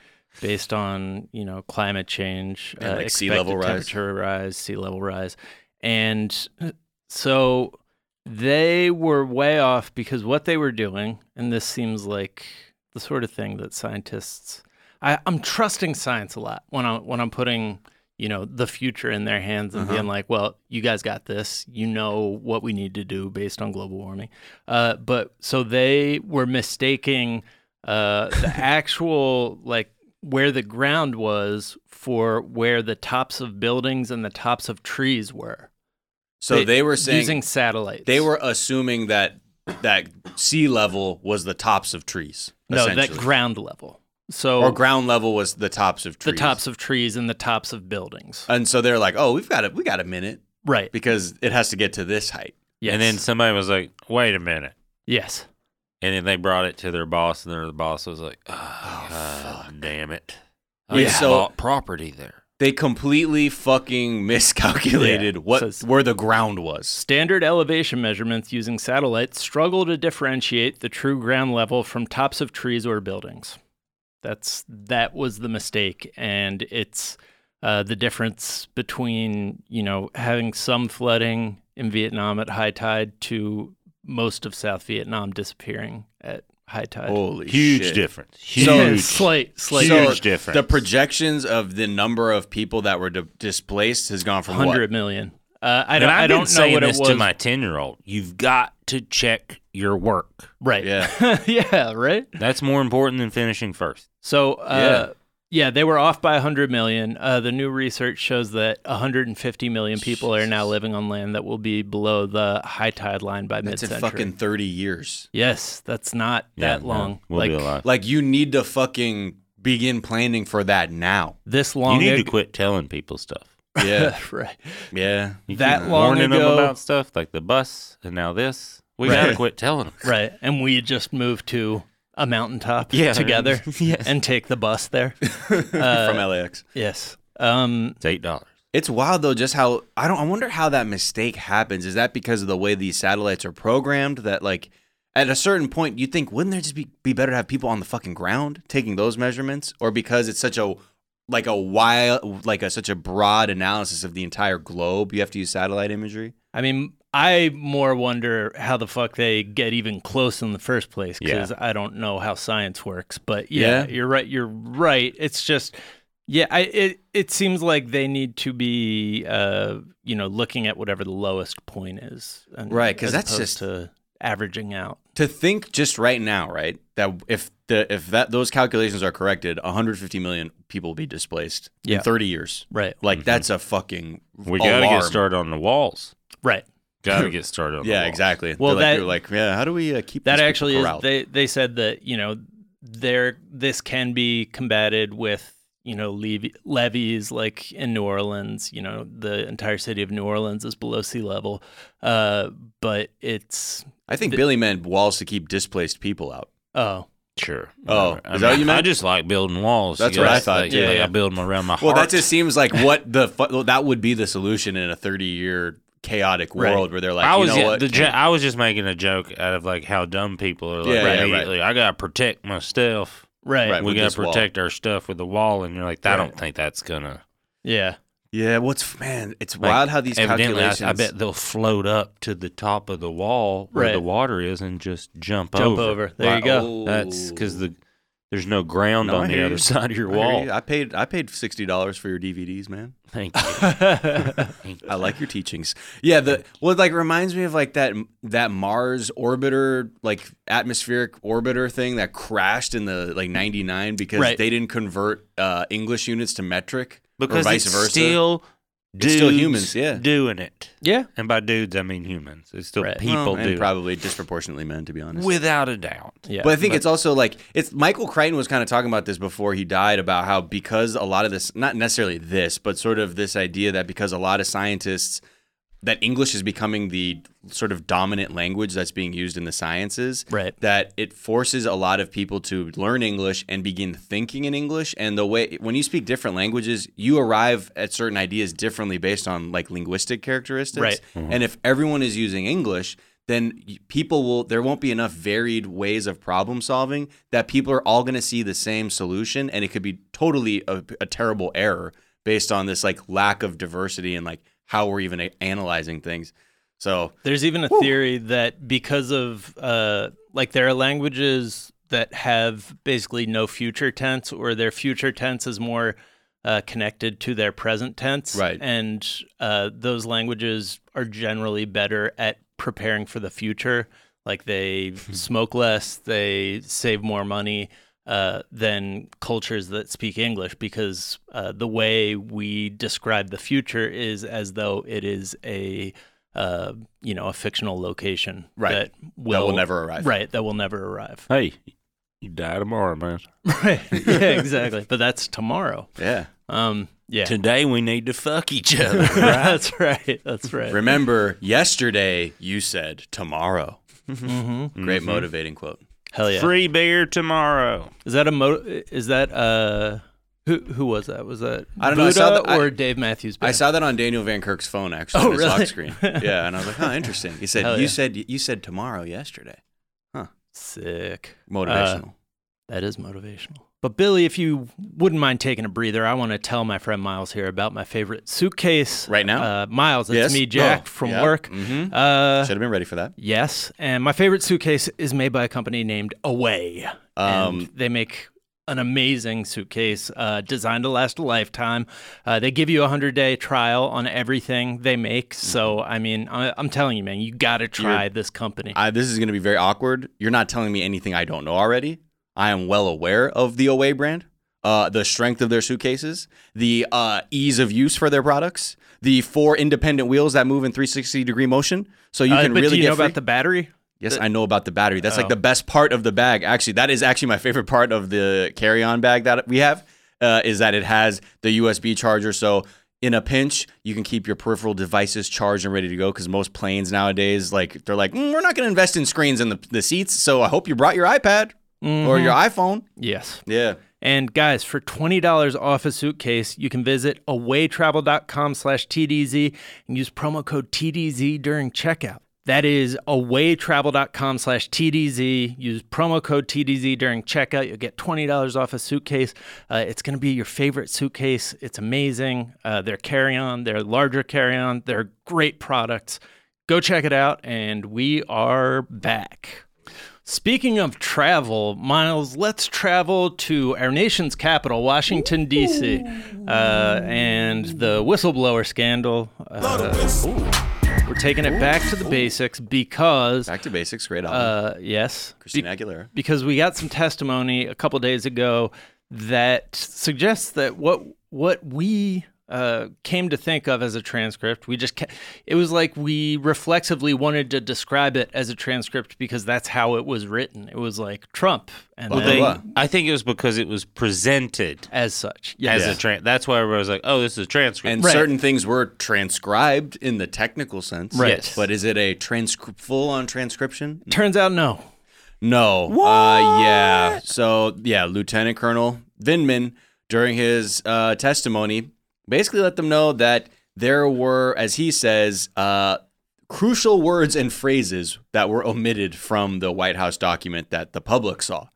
S1: based on you know climate change, uh,
S2: And, like, sea
S1: expected
S2: level rise.
S1: temperature rise, sea level rise, and uh, so they were way off because what they were doing, and this seems like the sort of thing that scientists. I, I'm trusting science a lot when I'm when I'm putting you know the future in their hands and
S2: Mm-hmm.
S1: being like, well, you guys got this. You know what we need to do based on global warming. Uh, but so they were mistaking uh,
S2: (laughs)
S1: the actual like where the ground was for where the tops of buildings and the tops of trees were.
S2: So they, were saying
S1: using satellites.
S2: they were assuming that that sea level was the tops of trees.
S1: no that
S2: essentially.
S1: ground level. So
S2: or ground level was the tops of
S1: the
S2: trees.
S1: tops of trees and the tops of buildings.
S2: And so they're like, oh, we've got it. We got a minute
S1: right.
S2: because it has to get to this height.
S1: Yes.
S3: And then somebody was like, wait a minute.
S1: yes.
S3: And then they brought it to their boss, and their boss was like, oh, God damn it. I
S2: Yeah.
S3: just
S2: So-
S3: bought property there.
S2: They completely fucking (laughs) miscalculated
S1: Yeah.
S2: what
S1: So it's-
S2: where the ground was.
S1: Standard elevation measurements using satellites struggle to differentiate the true ground level from tops of trees or buildings. That's that was the mistake, and it's uh, the difference between you know having some flooding in Vietnam at high tide to most of South Vietnam disappearing at high tide.
S2: Holy
S3: Huge
S2: shit.
S3: difference.
S2: So-
S1: Yeah,
S3: Huge.
S1: slight, slight
S2: Oh, So
S3: Huge difference.
S2: The projections of the number of people that were di- displaced has gone from what?
S1: hundred million. Uh, I
S3: And
S1: don't.
S3: I've
S1: I
S3: been
S1: don't know
S3: saying
S1: what
S3: this
S1: it was.
S3: to my ten-year-old. You've got to check your work.
S1: right.
S2: Yeah.
S1: (laughs) yeah. Right.
S3: That's more important than finishing first.
S1: So uh, yeah. they were off by 100 million. Uh, the new research shows that 150 million people are now living on land that will be below the high tide line by
S2: That's in
S1: mid-century.
S2: fucking 30 years.
S1: yes, that's not
S3: Yeah,
S1: that
S3: no,
S1: long.
S3: we'll
S1: like
S3: be alive.
S2: Like, you need to fucking begin planning for
S1: (laughs)
S2: that now.
S1: this
S3: You
S1: long.
S3: need to
S1: ag-
S3: quit telling people stuff.
S2: Yeah.
S1: (laughs) right.
S2: yeah.
S3: You
S1: That
S3: keep
S1: long
S3: warning
S1: ago-
S3: them about stuff like the bus and now this. We
S2: Right.
S3: gotta quit
S1: (laughs)
S3: telling them.
S1: Right. And we just moved to a
S3: (laughs)
S1: mountaintop together
S3: yes.
S1: and take the bus there.
S2: (laughs)
S1: uh,
S2: From LAX.
S1: Yes. Um,
S3: It's eight dollars.
S2: It's wild though, just how I don't. I wonder how that mistake happens. Is that because of the way these satellites are programmed? That like, at a certain point, you think wouldn't there just be, be better to have people on the fucking ground taking those measurements, or because it's such a like a wild, like a such a broad analysis of the entire globe, you have to use satellite imagery.
S1: I mean, I more wonder how the fuck they get even close in the first place because I don't know how science works. But yeah,
S2: Yeah.
S1: you're right. You're right. It's just, yeah, I it it seems like they need to be, uh, you know, looking at whatever the lowest point is, and,
S2: Right, 'cause
S1: as
S2: that's
S1: opposed
S2: just-
S1: to averaging out.
S2: To think just right now, right? That if the if that those calculations are corrected, 150 million people will be displaced
S1: Yeah.
S2: in 30 years.
S1: Right.
S2: Like that's a fucking
S3: Mm-hmm. We gotta
S2: alarm.
S3: get started on the walls.
S1: Right.
S2: (laughs)
S3: Gotta get started on the
S2: Yeah,
S3: walls.
S2: exactly.
S1: Well,
S2: Well,
S1: that-
S2: like, you're like, yeah, how do we uh, keep
S1: that
S2: these people
S1: actually is
S2: corralled?
S1: they they said that you know there this can be combated with you know levy, levies like in New Orleans you know the entire city of New Orleans is below sea level uh but it's
S2: I think Billy meant walls to keep displaced people out.
S1: oh
S3: Sure.
S2: Oh,
S3: Whatever.
S2: is that what you meant?
S3: I just like building walls.
S2: That's
S3: You
S2: what I
S3: know,
S2: thought,
S3: Like,
S2: too.
S3: like,
S1: Yeah.
S3: I build them around my
S2: Well,
S3: heart.
S2: that just seems (laughs) like what the fu- well, that would be the solution in a 30 year chaotic
S1: Right.
S2: world where they're like,
S3: I was
S2: you know
S3: yeah,
S2: what?
S3: the jo-
S2: can't-
S3: I was just making a joke out of like how dumb people are. Like,
S2: Yeah, yeah, right.
S3: immediately, I gotta protect my stuff.
S1: right,
S2: Right.
S3: we
S2: with
S3: gotta
S2: this wall.
S3: protect our stuff with the wall, and you're like, I
S2: Right.
S3: don't think that's gonna.
S1: yeah
S2: yeah, what's man? It's
S3: Like,
S2: wild how these
S3: Evidently, I-
S2: calculations.
S3: I, bet they'll float up to the top of the wall where the
S1: Right.
S3: water is and just jump,
S1: jump
S3: over.
S1: over, there you go
S3: That's because the there's no ground
S2: No, I
S3: on the
S2: hear
S3: other
S2: you.
S3: side of your
S2: I
S3: wall.
S2: hear you. I paid I paid sixty dollars for your DVDs, man.
S3: (laughs)
S2: (laughs)
S3: Thank you.
S1: (laughs)
S2: I like your teachings. Yeah, the well, it, like reminds me of like that that Mars orbiter, like atmospheric orbiter thing that crashed in the like '99 because
S1: Right.
S2: they didn't convert uh, English units to metric
S3: Because
S2: or vice
S3: it's
S2: versa.
S3: still
S2: It's still
S3: dudes
S2: humans, yeah.
S3: doing it.
S1: yeah
S3: And by dudes, I mean humans. It's still
S1: Right.
S2: Well,
S3: people
S2: and
S3: do it.
S2: probably disproportionately men, to be honest.
S3: without a doubt.
S1: yeah
S2: but I think it's also like it's Michael Crichton was kind of talking about this before he died about how because a lot of this not necessarily this but sort of this idea that because a lot of scientists that English is becoming the sort of dominant language that's being used in the sciences
S1: Right.
S2: that it forces a lot of people to learn English and begin thinking in English and the way when you speak different languages you arrive at certain ideas differently based on like linguistic characteristics
S1: Right.
S2: and if everyone is using English, then y- people will there won't be enough varied ways of problem solving that people are all going to see the same solution and it could be totally a, a terrible error based on this like lack of diversity and like how we're even a- analyzing things. So,
S1: There's even a theory that because of uh, like there are languages that have basically no future tense, or their future tense is more uh, connected to their present tense,
S2: Right.
S1: And uh, those languages are generally better at preparing for the future. Like they smoke less, they save more money uh, than cultures that speak English because uh, the way we describe the future is as though it is a uh, you know a fictional location
S2: Right.
S1: that will,
S2: that will
S1: (laughs)
S2: never arrive.
S1: right that will never
S2: (laughs)
S1: arrive.
S3: Hey, you die tomorrow, man.
S1: Right. (laughs) yeah. Exactly. But that's tomorrow.
S2: Yeah.
S1: Um. Yeah.
S2: (laughs)
S3: Today we need to fuck each other. (laughs)
S1: (laughs) that's right. That's right.
S2: Remember yesterday you said tomorrow.
S1: hmm
S2: (laughs) Great motivating quote.
S1: Hell yeah.
S3: Free beer tomorrow.
S1: Is that a mo? Is that uh? Who who was that? Was that
S2: I don't know, I
S1: Buddha
S2: saw that- I-
S1: or Dave Matthews? Band?
S2: I saw that on Daniel Van Kirk's phone actually
S1: Oh,
S2: on his
S1: really?
S2: lock
S1: (laughs)
S2: screen. Yeah, and I was like, "Oh, interesting." He said,
S1: Hell
S2: "You
S1: yeah.
S2: said you said tomorrow yesterday."
S1: sick. Uh,
S2: Motivational.
S1: That is motivational. But Billy, if you wouldn't mind taking a breather, I want to tell my friend Miles here about my favorite suitcase.
S2: Right now?
S1: uh, Miles, it's
S2: Yes.
S1: me, Jack,
S2: Oh,
S1: from
S2: yeah.
S1: work.
S2: Mhm.
S1: Uh,
S2: Should have been ready for that.
S1: yes, and my favorite suitcase is made by a company named Away,
S2: Um,
S1: and they make an amazing suitcase uh, designed to last a lifetime. Uh, they give you a 100 day trial on everything they make.
S2: Mm-hmm.
S1: So, I mean, I, I'm telling you, man, you got to try this company.
S2: I, this is going to be very awkward. You're not telling me anything I don't know already. I am well aware of the OA brand, uh, the strength of their suitcases, the uh, ease of use for their products, the four independent wheels that move in 360 degree motion. So you
S1: Uh,
S2: can
S1: but
S2: really
S1: do you
S2: get
S1: know
S2: free-
S1: about the battery?
S2: Yes, I know about the battery. That's
S1: Oh.
S2: like the best part of the bag. Actually, that is actually my favorite part of the carry-on bag that we have. Uh, is that it has the USB charger, so in a pinch you can keep your peripheral devices charged and ready to go. Because most planes nowadays, like they're like, "Mm, we're not going to invest in screens in the, the seats, so I hope you brought your iPad or
S1: Mm-hmm.
S2: your iPhone.
S1: Yes.
S2: Yeah,
S1: And guys, for $20 off a suitcase, you can visit awaytravel.com slash TDZ and use promo code TDZ during checkout. That is awaytravel.com slash TDZ. Use promo code TDZ during checkout. You'll get $20 off a suitcase. Uh, it's going to be your favorite suitcase. It's amazing. Uh, they're carry on, they're larger carry on, they're great products. Go check it out. And we are back. Speaking of travel, Miles, let's travel to our nation's capital, Washington, D.C., uh, and the whistleblower scandal. Uh, we're taking it back to the basics because,
S2: back to basics. Great album,
S1: uh, yes,
S2: Christina Aguilera.
S1: because we got some testimony a couple days ago that suggests that what what we uh, came to think of as a transcript, we just ca- it was like we reflexively wanted to describe it as a transcript because that's how it was written. It was like Trump, and
S2: Well,
S1: then
S2: they- What?
S3: I think it was because it was presented
S1: as such,
S3: as
S1: yes,
S3: a tran That's why everybody was like, "Oh, this is a transcript."
S2: And
S1: Right.
S2: certain things were transcribed in the technical sense,
S1: Right. Yes.
S2: But is it a transcri- full-on transcription?
S1: turns out no.
S2: No. Uh, yeah. So, yeah, Lieutenant Colonel Vinman, during his uh, testimony, basically let them know that there were, as he says, uh, crucial words and phrases that were omitted from the White House document that the public saw.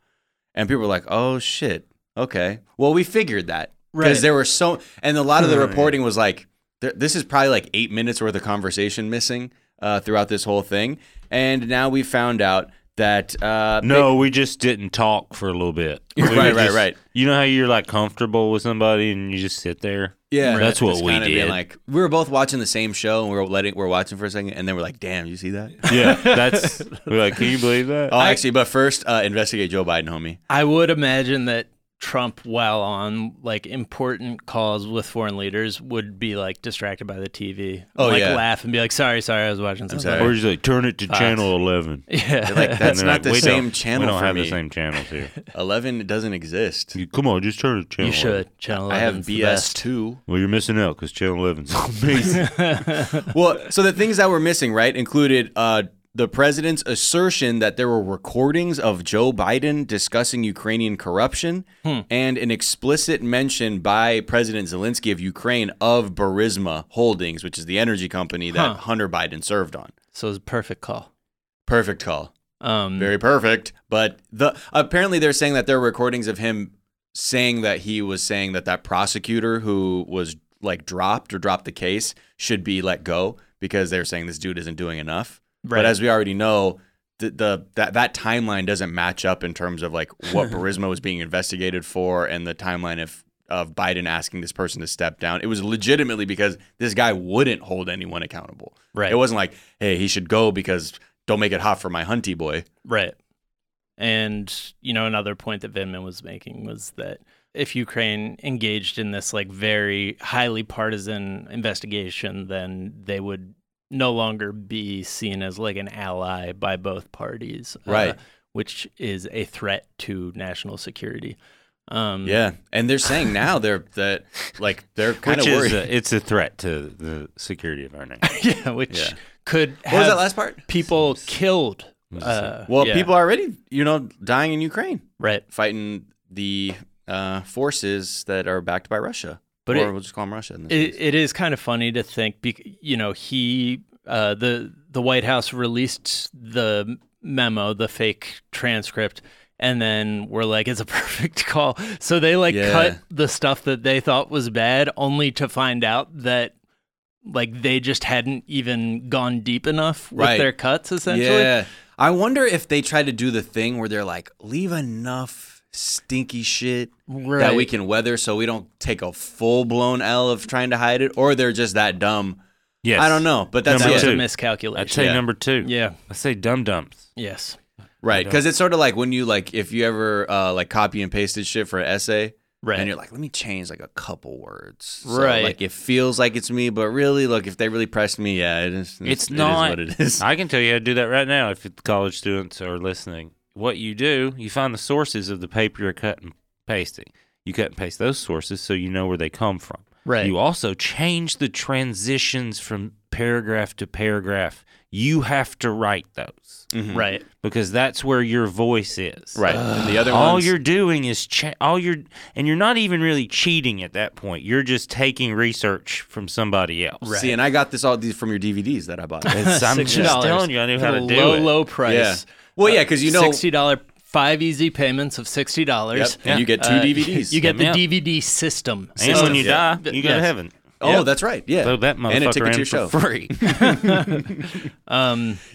S2: And people were like, oh, shit. Okay. Well, we figured that.
S1: Right.
S2: Because there were so, and a lot of the reporting was like, th- this is probably like eight minutes worth of conversation missing uh, throughout this whole thing. And now we found out that uh,
S3: no, we just didn't talk for a little bit.
S2: (laughs)
S3: We
S2: Right,
S3: were
S2: right,
S3: just-
S2: right.
S3: You know how you're like comfortable with somebody and you just sit there.
S2: Yeah,
S3: that's what
S2: Just
S3: we
S2: kinda being
S3: did.
S2: Like we were both watching the same show, and we were letting we are watching for a second, and then we're like, "Damn, you see that?" (laughs)
S3: (laughs) yeah, that's we're like, can you believe that?
S2: Oh, actually, but first, uh, investigate Joe Biden,
S3: (laughs)
S2: homie.
S1: I would imagine that Trump, while on like important calls with foreign leaders, would be like distracted by the TV.
S2: Oh,
S1: like
S2: yeah.
S1: laugh and be like, "Sorry, sorry, I was watching something."
S2: sorry.
S3: Or just like turn it to channel eleven.
S1: Yeah,
S2: Like that's
S3: And they're
S2: not
S3: like,
S2: the
S3: "We don't-
S2: same channel.
S3: We don't
S2: for
S3: have
S2: me.
S3: the same channels here.
S2: Eleven doesn't exist.
S3: You- come on, just turn it to channel.
S1: you
S3: 11.
S1: should. Channel
S2: I have
S1: 11's the
S2: BS
S1: best.
S2: two.
S3: Well, you're missing out because channel eleven's (laughs) amazing.
S2: well, so the things that were missing, right, included uh, the president's assertion that there were recordings of Joe Biden discussing Ukrainian corruption
S3: Hmm.
S2: and an explicit mention by President Zelensky of Ukraine of Burisma Holdings, which is the energy company that
S1: Huh.
S2: Hunter Biden served on.
S1: So it was a perfect call.
S2: Perfect call.
S1: Um,
S2: Very perfect. But the apparently they're saying that there are recordings of him saying that he was saying that that prosecutor who was like dropped or dropped the case should be let go because they're saying this dude isn't doing enough.
S1: Right.
S2: But as we already know, the, the that that timeline doesn't match up in terms of like
S1: (laughs)
S2: what Burisma was being investigated for and the timeline of of Biden asking this person to step down. It was legitimately because this guy wouldn't hold anyone accountable.
S1: Right.
S2: It wasn't like, hey, he should go because don't make it hot for my hunty boy.
S1: right. And you know, another point that Vinman was making was that if Ukraine engaged in this like very highly partisan investigation, then they would no longer be seen as like an ally by both parties, uh,
S2: Right.
S1: which is a threat to national security. Um,
S2: Yeah, and they're saying now they're that like they're kind of
S3: Which
S2: worried.
S3: is a, it's a threat to the security of our nation.
S1: yeah, (laughs) which
S2: Yeah.
S1: could have
S2: what was that last part?
S1: people killed. Uh,
S2: Well,
S1: yeah,
S2: people are already you know dying in Ukraine
S1: right.
S2: fighting the uh, forces that are backed by Russia.
S1: But
S2: or
S1: it-
S2: we'll just call them Russia. In this
S1: It,
S2: case.
S1: it is kind of funny to think, bec- you know, he, uh, the the White House released the memo, the fake transcript, and then we're like, it's a (laughs) perfect call. So they like
S2: Yeah.
S1: cut the stuff that they thought was bad, only to find out that like they just hadn't even gone deep enough with
S2: Right.
S1: their cuts, essentially.
S2: Yeah, I wonder if they try to do the thing where they're like leave enough stinky shit
S1: Right.
S2: that we can weather so we don't take a full blown L of trying to hide it, or they're just that dumb.
S3: (laughs) Yes.
S2: I don't know, but that's
S1: That's
S3: Number
S2: it.
S1: a
S3: two. I
S1: miscalculation.
S3: say
S2: Yeah.
S3: number two.
S1: Yeah.
S3: I say dum dums.
S1: Yes.
S2: Right, because it's sort of like when you like if you ever uh, like copy and pasted shit for an essay,
S1: Right.
S2: And you're like, let me change like a couple words, So,
S1: Right.
S2: Like it feels like it's me, but really, look, if they really pressed me, yeah, it is.
S3: It's
S2: it is
S3: not.
S2: what it (laughs) is.
S3: I can tell you how to do that right now if the college students are listening. What you do, you find the sources of the paper you're cutting, pasting. You cut and paste those sources so you know where they come from.
S1: Right.
S3: You also change the transitions from paragraph to paragraph. You have to write those
S2: hmm.
S1: Right.
S3: because that's where your voice is.
S2: Right. and the other
S3: all
S2: ones,
S3: you're doing is che- all you're and you're not even really cheating at that point. You're just taking research from somebody else.
S1: Right.
S2: see, and I got this all these from your DVDs that I bought.
S3: (laughs) It's- I'm
S1: $60
S3: just telling you, I knew
S1: for
S3: how
S1: the
S3: to do
S1: low,
S3: it.
S1: Low price.
S2: yeah. Well, yeah, because you know,
S1: sixty dollar five easy payments of sixty
S2: Yep,
S1: dollars. Uh,
S2: and you get two DVDs.
S1: You get the
S3: Yeah.
S1: DVD system.
S3: And when you
S2: Yeah.
S3: die, you go
S1: Yes.
S3: to heaven.
S2: oh,
S1: Yep.
S2: that's right. Yeah,
S3: So that
S2: and a
S3: motherfucker
S2: ticket
S3: in
S2: to your show.
S3: for free. (laughs)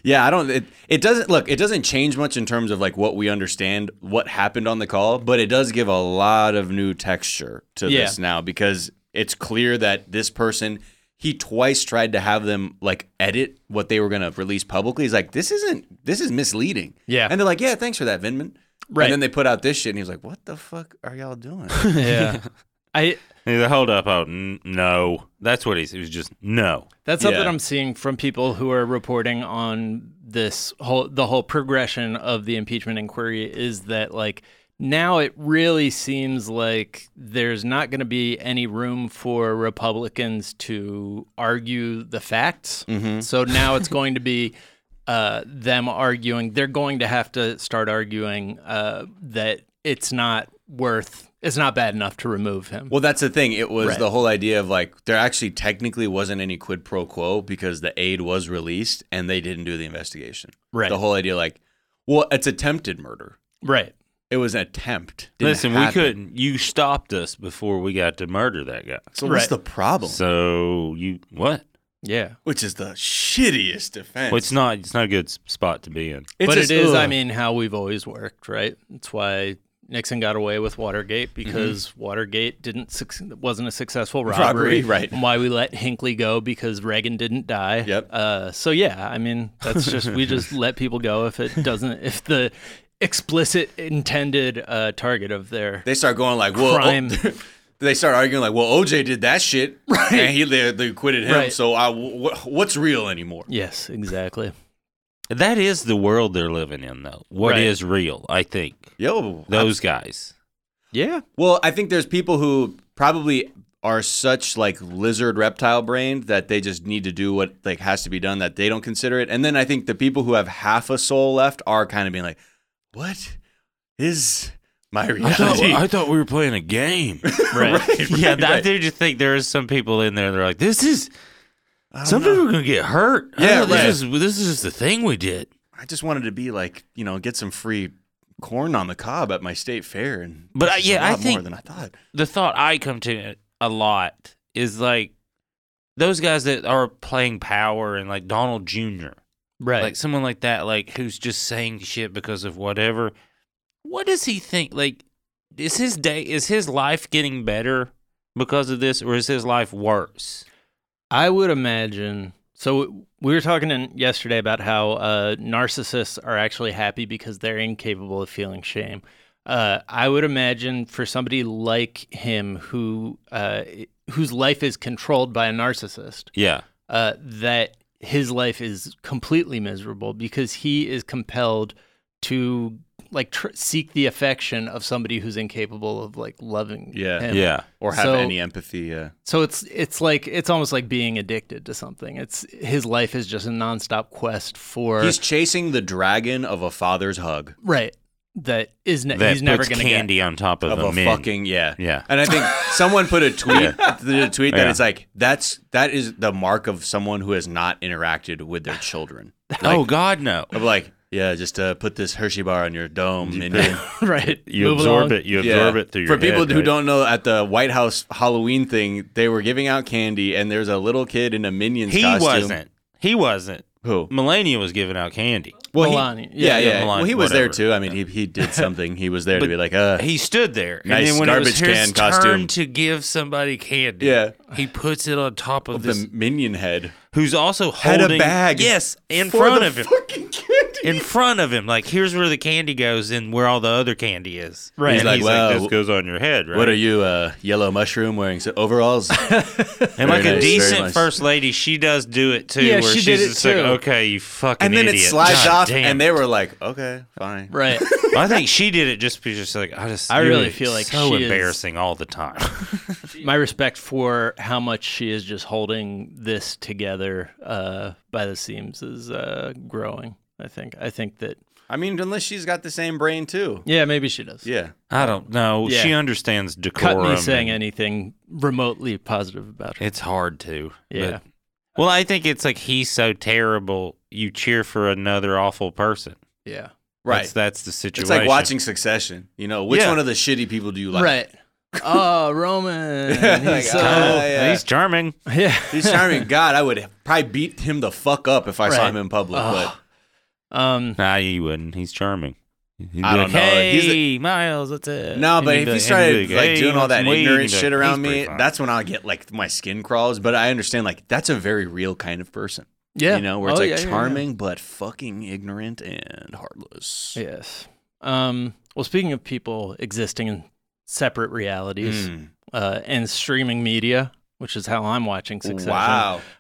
S2: Yeah, I don't. It, it doesn't look. It doesn't change much in terms of like what we understand, what happened on the call, but it does give a lot of new texture to
S1: Yeah.
S2: this now because it's clear that this person he twice tried to have them like edit what they were gonna release publicly. He's like, this isn't. This is misleading.
S1: Yeah.
S2: and they're like, yeah, thanks for that, Vinman.
S1: Right.
S2: And then they put out this shit, and he was like, what the fuck are y'all doing? (laughs)
S3: (laughs)
S1: Yeah. I
S3: He's like, hold up, oh n- no, that's what he said. He was just no.
S1: That's something
S2: Yeah.
S1: I'm seeing from people who are reporting on this whole the whole progression of the impeachment inquiry is that like now it really seems like there's not going to be any room for Republicans to argue the facts.
S2: Mm-hmm.
S1: So now it's going to be uh, them arguing. They're going to have to start arguing uh, that it's not worth. It's not bad enough to remove him.
S2: Well, that's the thing. It was
S1: Right.
S2: the whole idea of like there actually technically wasn't any quid pro quo because the aid was released and they didn't do the investigation.
S1: Right.
S2: The whole idea, like, well, it's attempted murder.
S1: right.
S2: It was an attempt. Didn't
S3: Listen, we
S2: happen.
S3: couldn't. You stopped us before we got to murder that guy.
S2: So what's
S1: Right.
S2: the problem?
S3: So you what?
S1: Yeah.
S2: Which is the shittiest defense.
S3: Well, it's not. It's not a good s- spot to be in.
S2: It's
S1: but
S2: just,
S1: it is, I
S2: ugh.
S1: mean, how we've always worked, right? That's why Nixon got away with
S2: Mm-hmm.
S1: Watergate because Watergate didn't suc- wasn't a successful robbery,
S2: Robbery, right.
S1: And why we let Hinckley go because Reagan didn't die.
S2: Yep.
S1: Uh, so yeah, I mean, that's just we
S2: (laughs)
S1: just let people go if it doesn't if the explicit intended uh, target of their
S2: they start going like, well,
S1: Crime.
S2: oh- (laughs) they start arguing like, well, OJ did
S1: (laughs)
S2: that shit, right? And he they, they acquitted him.
S1: Right.
S2: So I, wh- what's real anymore?
S1: yes, exactly.
S3: That is the world they're living in, though. What is
S1: Right.
S3: real? I think
S2: Yo,
S3: those guys.
S1: Yeah.
S2: Well, I think there's people who probably are such like lizard reptile brained that they just need to do what like has to be done that they don't consider it. And then I think the people who have half a soul left are kind of being like, "What is my reality?"
S3: thought we were playing a (laughs) game.
S1: Right.
S3: yeah, I do just think there is some people in there. They're like, this is. (laughs) Some people are gonna get hurt. I
S2: Yeah,
S3: thought
S2: right.
S3: This is this is just the thing we did.
S2: I just wanted to be like, you know, get some free corn on the cob at my state fair, and
S3: But I-
S2: this is
S3: yeah,
S2: a
S3: I
S2: lot more
S3: think-
S2: than I thought.
S3: the thought I come to a lot is like those guys that are playing power and like Donald Jr.
S1: Right.
S3: Like someone like that, like who's just saying shit because of whatever. What does he think? Like, is his day is his life getting better because of this, or is his life worse?
S1: I would imagine. So we were talking in, yesterday about how uh, narcissists are actually happy because they're incapable of feeling shame. Uh, I would imagine for somebody like him who uh, whose life is controlled by a narcissist,
S3: Yeah.
S1: uh, that his life is completely miserable because he is compelled to like tr- seek the affection of somebody who's incapable of like loving
S2: Yeah.
S1: him.
S2: Or have
S1: So-
S2: any empathy? Uh,
S1: So it's it's like it's almost like being addicted to something. It's his life is just a nonstop quest for
S2: he's chasing the dragon of a father's hug.
S1: right that is ne-
S3: That
S1: he's never
S3: puts
S1: going to
S3: candy
S1: get.
S3: on top of,
S2: of
S3: the
S2: a
S3: men.
S2: fucking yeah
S1: (laughs)
S3: Yeah.
S2: And I
S3: (laughs)
S2: think someone put a tweet did a tweet that
S3: Yeah.
S2: it's like that's that is the mark of someone who has not interacted with their children.
S3: oh God, no!
S2: I'm like, yeah, just uh, put this Hershey bar on your dome and (laughs) then
S1: (laughs) right. Move along.
S3: it. You
S2: yeah. For people who don't know, at the White House Halloween thing, they were giving out candy, and there's a little kid in a Minions
S3: He
S2: costume.
S3: wasn't. He wasn't.
S2: Who?
S3: Melania was giving out candy.
S2: Well, he-
S1: Milani.
S2: yeah, yeah.
S3: yeah, Milani,
S2: well, he was there
S3: whatever.
S2: too. I mean, he he
S3: (laughs)
S2: did something. He was there to
S3: But
S2: be like, uh,
S3: He stood there,
S2: Nice
S3: and then when it was
S2: garbage
S3: his
S2: can costume.
S3: turn to give somebody candy,
S2: Yeah.
S3: he puts it on top of this,
S2: the minion head
S3: who's also
S2: Had
S3: holding
S2: a bag
S3: Yes, in
S2: for
S3: front
S2: the
S3: of him,
S2: Fucking candy.
S3: in front of him. Like here's where the candy goes, and where all the other candy is.
S1: Right.
S3: And
S2: He's like, "Wow,
S3: this goes on your head, right?
S2: What are you, uh, yellow mushroom wearing so
S3: (laughs)
S2: overalls?
S3: And like
S2: Very
S3: a
S2: nice, very
S3: decent
S2: nice.
S3: first lady, she does do it too.
S1: Yeah,
S3: where
S1: she
S3: she's
S1: did it
S3: just like,
S1: too.
S3: okay, you fucking
S2: and then it
S3: idiot.
S2: slides
S3: God
S2: off,
S3: damn
S2: and
S3: it."
S2: they were like, okay, fine. (laughs)
S1: Right.
S3: (laughs) I think she did it just because she's like, I just,
S1: I
S3: you're
S1: really feel like
S3: so
S1: she is-
S3: embarrassing all
S1: (laughs)
S3: the time.
S1: My respect for how much she is just holding this together uh, by the seams is uh, growing. I think. I think that.
S2: I mean, unless she's got the same brain too.
S1: Yeah, maybe she does.
S2: Yeah.
S3: I don't know.
S1: Yeah.
S3: She understands decorum.
S1: Cut me saying
S3: and
S1: anything remotely positive about her.
S3: It's hard to. but-
S1: Yeah.
S3: well, I think it's like he's so terrible. You cheer for another awful person.
S1: Yeah.
S2: Right.
S3: That's, that's the situation.
S2: It's like watching Succession. You know, which
S3: Yeah.
S2: one of the shitty people do you like?
S1: right. (laughs) oh, Roman.
S2: (laughs) Like,
S1: He's,
S3: Oh,
S1: uh,
S2: Ah, yeah.
S3: he's charming.
S1: yeah.
S2: He's
S1: (laughs)
S2: charming. God, I would probably beat him the fuck up if I saw
S1: Right.
S2: him in public.
S1: Ugh. Oh. Um.
S3: Nah, you wouldn't. He's charming. He'd be
S2: I don't
S3: like,
S2: know.
S3: Hey,
S2: He's a-
S3: Miles, what's up?
S2: But no,
S3: And
S2: but
S3: he'd
S2: if he
S3: be like- and he'd
S2: started
S3: be
S2: like
S3: "Hey,
S2: doing
S3: you
S2: all
S3: want
S2: that
S3: some weed?"
S2: ignorant
S3: He'd be
S2: shit
S3: like,
S2: around
S3: "He's
S2: me,
S3: pretty fine."
S2: that's when I'll get like my skin crawls. But I understand like that's a very real kind of person.
S1: Yeah.
S2: You know, where it's
S1: Oh,
S2: like
S1: yeah, yeah, yeah.
S2: charming but fucking ignorant and heartless.
S1: Yes. Um. Well, speaking of people existing in separate realities
S2: Mm.
S1: uh, and streaming media, which is how I'm watching Succession.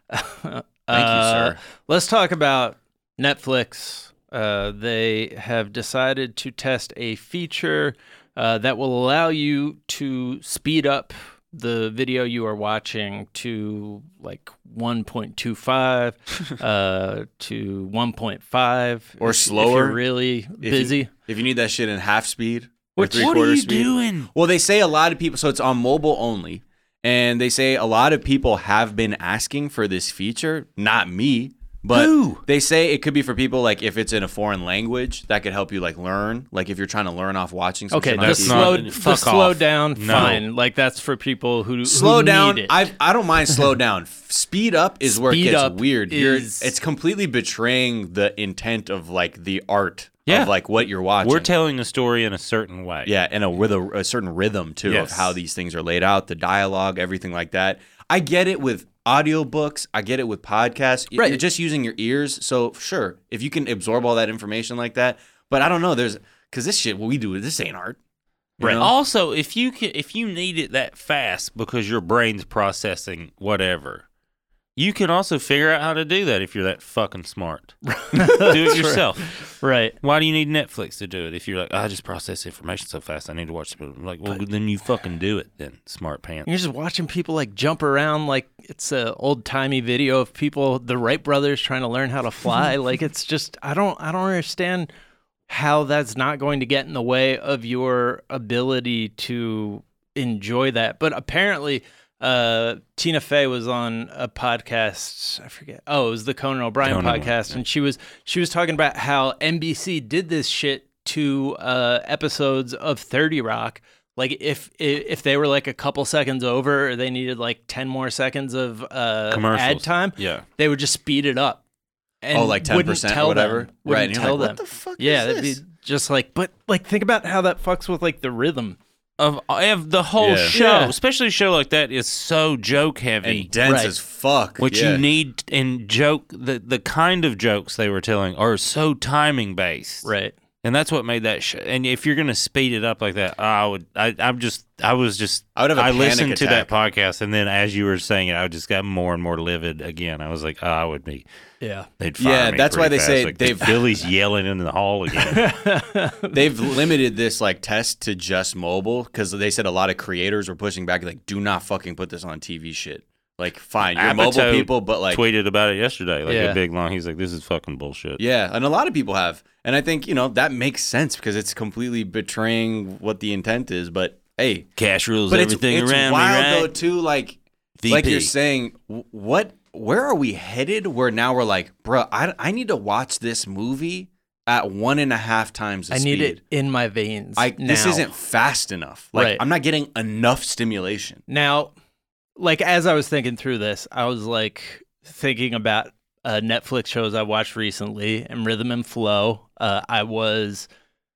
S1: (laughs) Uh,
S2: Wow.
S1: Thank
S2: Thank
S3: Uh,
S2: you, sir.
S1: Let's talk about Netflix. Uh, they have decided to test a feature uh, that will allow you to speed up the video you are watching to like
S3: (laughs)
S1: 1.25 uh, to 1.5
S2: Or
S1: if- If
S2: slower,
S1: you're really
S2: you-
S1: busy.
S2: If you need that shit in half speed or
S1: Which-
S2: three
S3: What are
S2: quarter
S3: you
S2: speed.
S3: doing?
S2: Well, they say a lot of people, so it's on mobile only. And they say a lot of people have been asking for this feature. Not me, but
S3: Who?
S2: they say it could be for people like if it's in a foreign language that could help you like learn. Like if you're trying to learn off watching. Some
S1: Okay,
S2: shit
S1: the
S2: on
S3: that's
S2: TV.
S3: not-
S1: slow,
S3: fuck
S1: the slow
S3: off.
S1: down,
S3: No.
S1: fine. Like that's for people who
S2: slow
S1: who
S2: down.
S1: Need it.
S2: I I don't mind
S3: (laughs)
S2: slow down. F- Speed up is where it
S1: Speed
S2: gets
S1: up
S2: weird. You're,
S1: is-
S2: it's completely betraying the intent of like the art
S3: Yeah.
S2: of like what you're watching.
S3: We're telling a story in a certain way.
S2: Yeah, and a, with a, a certain rhythm too
S3: Yes.
S2: of how these things are laid out, the dialogue, everything like that. I get it with audiobooks, I get it with podcasts. Y-
S1: Right.
S2: You're just using your ears, so sure, if you can absorb all that information like that, but I don't know, there's cuz this shit what we do this ain't art. you know?
S3: Also, if you can, if you need it that fast because your brain's processing whatever, you can also figure out how to do that if you're that fucking smart. do it yourself.
S1: right.
S3: Why do you need Netflix to do it? If you're like, "Oh, I just process information so fast, I need to watch the movie. I'm like, well, then you fucking do it, then smart pants.
S1: You're just watching people like jump around like it's a old timey video of people, the Wright brothers trying to learn how to
S3: (laughs)
S1: fly. like it's just I don't I don't understand how that's not going to get in the way of your ability to enjoy that. But apparently, uh, Tina Fey was on a podcast. I forget. Oh, it was the Conan O'Brien
S3: Conan,
S1: podcast, and she was she was talking about how NBC did this shit to uh, episodes of Thirty Rock. Like if if if they were like a couple seconds over, or they needed like ten more seconds of uh,
S3: Commercials.
S1: ad time,
S3: Yeah.
S1: they would just speed it up. And
S2: oh, like 10%
S1: wouldn't
S2: or
S1: tell
S2: whatever.
S1: Them, wouldn't
S2: right. and you're
S1: tell
S2: like,
S1: them.
S2: What the fuck
S1: yeah,
S2: is
S1: that'd
S2: this?
S1: be just like, but like, think about how that fucks with like the rhythm.
S3: Of, of the whole
S2: Yeah.
S3: show,
S1: Yeah.
S3: especially a show like that, is so joke heavy.
S2: and dense
S1: Right.
S2: as fuck.
S3: which
S2: yeah.
S3: you need and joke the the kind of jokes they were telling are so timing based
S1: Right.
S3: and that's what made that sh- and if you're gonna speed it up like that i would I, i'm just i was just
S2: I would have a
S3: I
S2: panic
S3: listened to that podcast and then as you were saying it i just got more and more livid again i was like oh, i would be
S1: Yeah.
S3: they'd fire
S2: Yeah,
S3: me
S2: that's why
S3: pretty
S2: they
S3: fast.
S2: say
S3: like,
S2: they've- (laughs)
S3: billy's yelling in the hall again
S2: (laughs) They've limited this like test to just mobile because they said a lot of creators were pushing back like, do not fucking put this on TV shit. Like, fine, you're mobile
S3: Apatow
S2: people, but (laughs) like,
S3: tweeted about it yesterday like
S1: Yeah.
S3: a big long he's like this is fucking bullshit
S2: yeah, and a lot of people have, and I think you know that makes sense because it's completely betraying what the intent is. But hey,
S3: cash rules
S2: but it's,
S3: everything
S2: it's
S3: around
S2: wild
S3: me
S2: though
S3: right
S2: too. Like, like you're saying, wh- what? Where are we headed? Where now we're like, bruh, I, I need to watch this movie at one and a half times. The
S1: I need
S2: speed.
S1: it in my veins.
S2: I
S1: now.
S2: this isn't fast enough. Like
S1: Right.
S2: I'm not getting enough stimulation.
S1: Now, like as I was thinking through this, I was like thinking about uh, Netflix shows I watched recently, and Rhythm and Flow. Uh, I was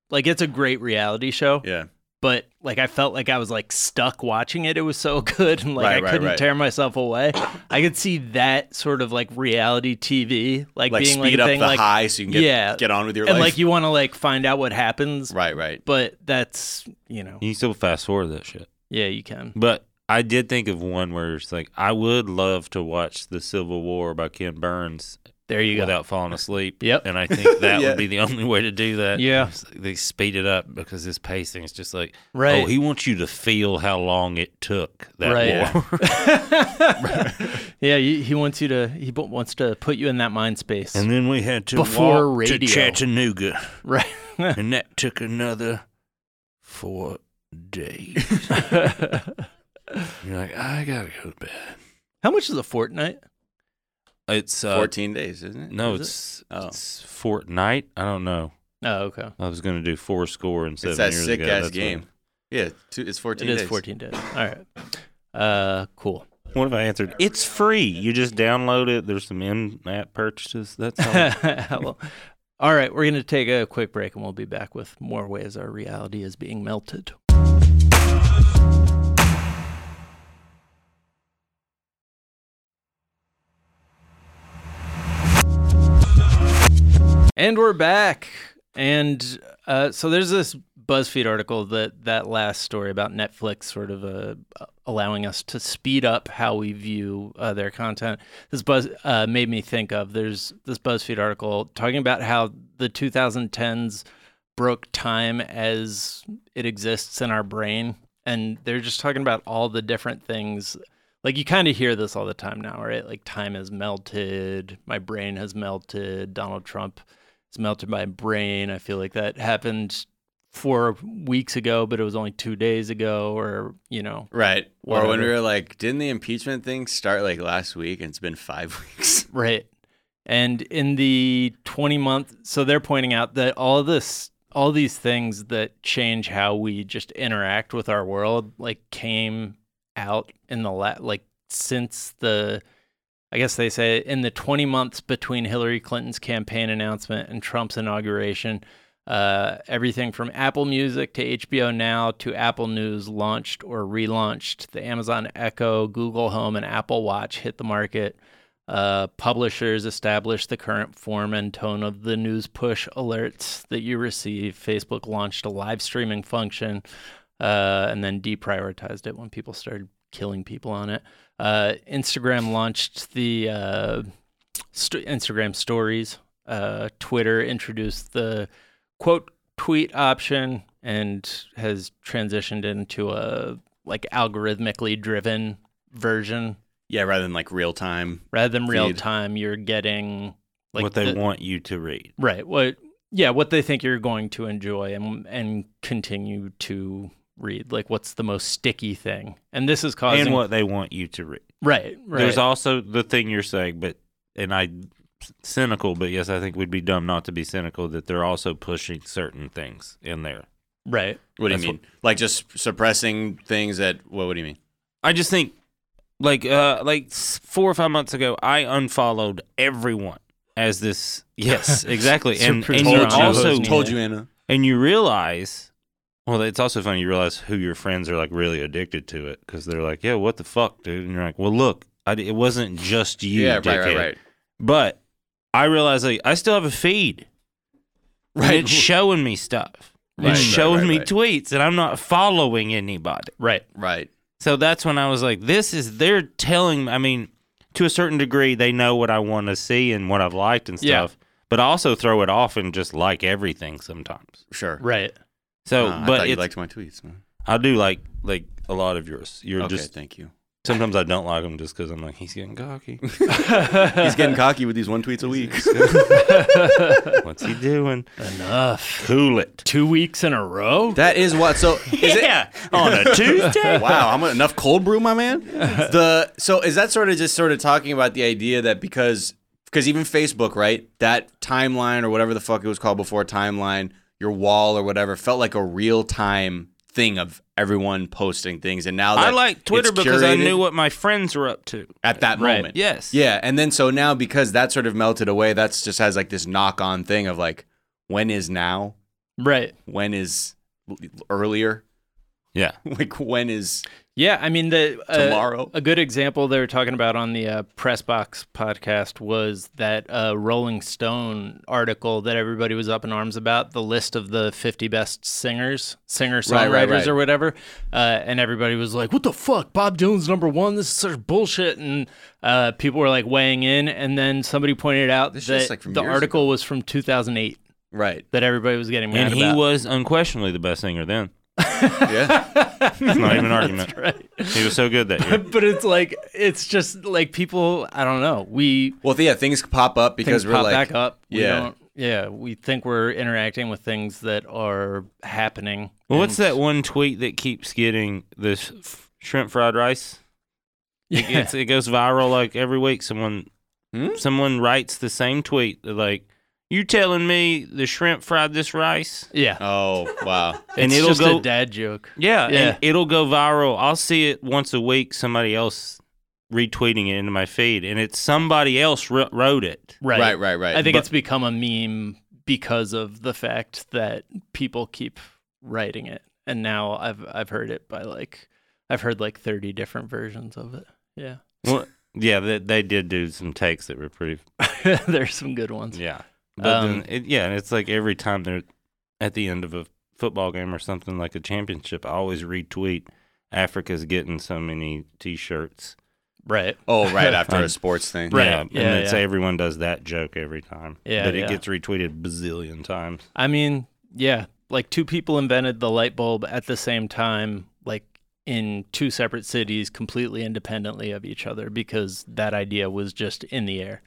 S1: like, it's a great reality show,
S2: Yeah.
S1: but like I felt like I was like stuck watching it. It was so (laughs) good, and like
S2: Right,
S1: I
S2: right,
S1: couldn't
S2: right.
S1: tear myself away. I could see that sort of like reality TV, like,
S2: Like
S1: being like
S2: speed
S1: a
S2: up
S1: thing,
S2: the
S1: like
S2: high so you can get,
S1: yeah.
S2: get on with your
S1: and
S2: life.
S1: like you want to like find out what happens,
S2: right, right.
S1: but that's you know,
S3: You can still fast forward that shit.
S1: yeah, you can.
S3: But I did think of one where it's like I would love to watch The Civil War by Ken Burns
S1: There you go.
S3: without falling asleep.
S1: Yep.
S3: And I
S1: (laughs)
S3: think that
S2: Yeah.
S3: would be the only way to do that.
S1: Yeah.
S3: It's like They speed it up because his pacing is just like
S1: Right.
S3: Oh, he wants you to feel how long it took that
S1: Right. (laughs)
S3: war.
S1: yeah, he, he wants you to. He bu- wants to put you in that mind space.
S3: and then we had to
S1: Before
S3: walk to
S1: radio.
S3: Chattanooga,
S1: (laughs) right.
S3: and that took another four days.
S1: (laughs)
S3: You're like, I gotta go to bed.
S1: How much is a fortnight?
S3: It's uh,
S2: 14 days, isn't it?
S3: No,
S1: Is it?
S3: it's
S2: Oh.
S3: it's Fortnite. I don't know.
S1: Oh, okay.
S3: I was gonna do four score and seven
S2: It's that
S3: years
S2: sick
S3: ago.
S2: ass
S3: That's
S2: game. Yeah, two, it's 14
S1: It is
S2: days.
S1: 14 days. All right. Uh, cool.
S3: What, what have I answered? It's free. You just download it. There's some in-app purchases. That's
S1: (laughs)
S3: all.
S1: well, all right, we're going to take a quick break and we'll be back with more ways our reality is being melted. And we're back. And uh, so there's this BuzzFeed article that that last story about Netflix sort of uh, allowing us to speed up how we view uh, their content. This Buzz uh, made me think of there's this BuzzFeed article talking about how the 2010s broke time as it exists in our brain, and they're just talking about all the different things. Like you kind of hear this all the time now, right? Like time has melted, my brain has melted, Donald Trump has melted my brain. I feel like that happened four weeks ago, but it was only two days ago, or you know,
S2: Right. Or when we
S1: Whatever.
S2: were like, didn't the impeachment thing start like last week and it's been five (laughs) weeks?
S1: Right. And in the 20 month, so they're pointing out that all this, all these things that change how we just interact with our world, like came out in the la- like since the, I guess they say in the 20 months between Hillary Clinton's campaign announcement and Trump's inauguration. Uh, everything from Apple Music to HBO Now to Apple News launched or relaunched. The Amazon Echo, Google Home, and Apple Watch hit the market. Uh, publishers establish the current form and tone of the news push alerts that you receive. Facebook launched a live streaming function uh, and then deprioritized it when people started killing people on it. Uh, Instagram launched the uh, st- Instagram stories. Uh, Twitter introduced the quote tweet option and has transitioned into a like algorithmically driven version
S2: Yeah, rather than like real time.
S1: rather than real
S2: Feed.
S1: time you're getting like
S3: what they
S1: the-
S3: want you to read.
S1: right what yeah what they think you're going to enjoy and and continue to read like what's the most sticky thing and this is causing
S3: and what they want you to read.
S1: right right
S3: There's also the thing you're saying, but and I cynical, but yes, I think we'd be dumb not to be cynical that they're also pushing certain things in there.
S1: right
S2: What do you
S3: That's
S2: mean? like just suppressing things that, what, what do you mean?
S3: I just think like uh like s- four or five months ago, I unfollowed everyone as this.
S1: (laughs)
S3: Yes, exactly. and
S1: Surprise.
S3: and you
S1: Told you.
S3: also
S2: told you, Anna.
S3: and you realize. Well, it's also funny. You realize who your friends are like really addicted to it because they're like, "Yeah, what the fuck, dude?" And you're like, "Well, look, I d it wasn't just you,
S2: yeah, right,
S3: dickhead."
S2: right, right.
S3: But I realize like I still have a feed. Right.
S2: Right.
S3: it's showing me stuff.
S2: (laughs) Right, right,
S3: it's showing
S2: right,
S3: me
S2: right.
S3: tweets and I'm not following anybody.
S1: right
S2: (laughs) Right.
S3: So that's when I was like, this is they're telling I mean, to a certain degree they know what I want to see and what I've liked and
S1: Yeah.
S3: stuff. But I also throw it off and just like everything sometimes.
S2: Sure.
S1: right
S3: So
S2: Uh, I
S3: but
S2: thought you
S3: it's,
S2: liked my tweets. Man.
S3: I do like like a lot of yours. You're
S2: Okay,
S3: just
S2: thank you.
S3: sometimes I don't like them just because I'm like he's getting cocky.
S2: He's
S3: (laughs)
S2: getting cocky with these one tweets a week.
S3: What's he doing?
S1: enough
S3: Cool it.
S1: two weeks in a row
S2: that is what. So is it?
S3: yeah,
S2: (laughs)
S3: on a Tuesday.
S2: wow, I'm enough cold brew, my
S3: (laughs)
S2: man. The so is that sort of just sort of talking about the idea that because because even Facebook, right, that timeline or whatever the fuck it was called before timeline, your wall or whatever felt like a real time thing of everyone posting things, and now
S3: I
S2: that
S3: like Twitter
S2: it's
S3: because I
S2: curated
S3: knew what my friends were up to.
S2: at that
S1: Right.
S2: moment.
S3: Yes.
S2: Yeah, and then so now because that sort of melted away, that's just has like this knock on thing of like, when is now?
S1: Right.
S2: When is l- earlier? (laughs)
S3: Yeah.
S2: Like when is
S1: Yeah, I mean the uh,
S2: Tomorrow.
S1: A good example they were talking about on the uh, Press Box podcast was that uh, Rolling Stone article that everybody was up in arms about the list of the 50 best singers, singer songwriters
S2: Right, right, right.
S1: or whatever, uh, and everybody was like, "What the fuck? Bob Dylan's number one. This is such bullshit." And uh, people were like weighing in, and then somebody pointed out
S2: This shit's,
S1: that
S2: like, from
S1: the
S2: years
S1: article was from 2008
S2: right?
S1: that everybody was getting mad
S3: And he
S1: about.
S3: was unquestionably the best singer then.
S2: Yeah,
S3: It's not even an argument.
S1: right.
S3: He was so good that
S1: (laughs) (laughs)
S3: year.
S1: but it's like it's just like people. I don't know. We
S2: well, yeah, things pop up because
S1: things
S2: we're
S1: pop
S2: like,
S1: back up. We
S2: yeah.
S1: don't, yeah. We think we're interacting with things that are happening.
S3: Well, what's
S1: and- (laughs)
S3: that one tweet that keeps getting this f- shrimp fried rice? It,
S1: Yeah.
S3: gets, it goes viral like every week. Someone
S2: Hmm?
S3: someone writes the same tweet like, "You telling me the shrimp fried this rice?"
S1: yeah.
S2: oh wow,
S3: And
S1: it's
S3: it'll
S1: just
S3: go
S1: a dad joke.
S3: yeah,
S1: Yeah.
S3: and it'll go viral. I'll see it once a week. Somebody else retweeting it into my feed, and it's somebody else wr- wrote it.
S1: Right.
S2: right, right, right.
S1: I think
S3: But-
S1: it's become a meme because of the fact that people keep writing it, and now I've I've heard it by like I've heard like thirty different versions of it. Yeah. (laughs)
S3: Well, yeah, they, they did do some takes that were pretty
S1: There's some good ones.
S3: Yeah. But
S1: Um,
S3: then, it, yeah, and it's like every time they're at the end of a football game or something like a championship, I always retweet Africa's getting so many T-shirts.
S1: Right.
S2: oh,
S1: (laughs)
S2: right after a
S3: Um,
S2: sports thing,
S1: Right.
S3: Yeah, and
S1: Yeah,
S3: it's
S1: yeah.
S3: everyone does that joke every time.
S1: Yeah,
S3: but it
S1: yeah.
S3: gets retweeted bazillion times.
S1: I mean, yeah, like two people invented the light bulb at the same time, like in two separate cities, completely independently of each other, because that idea was just in the air.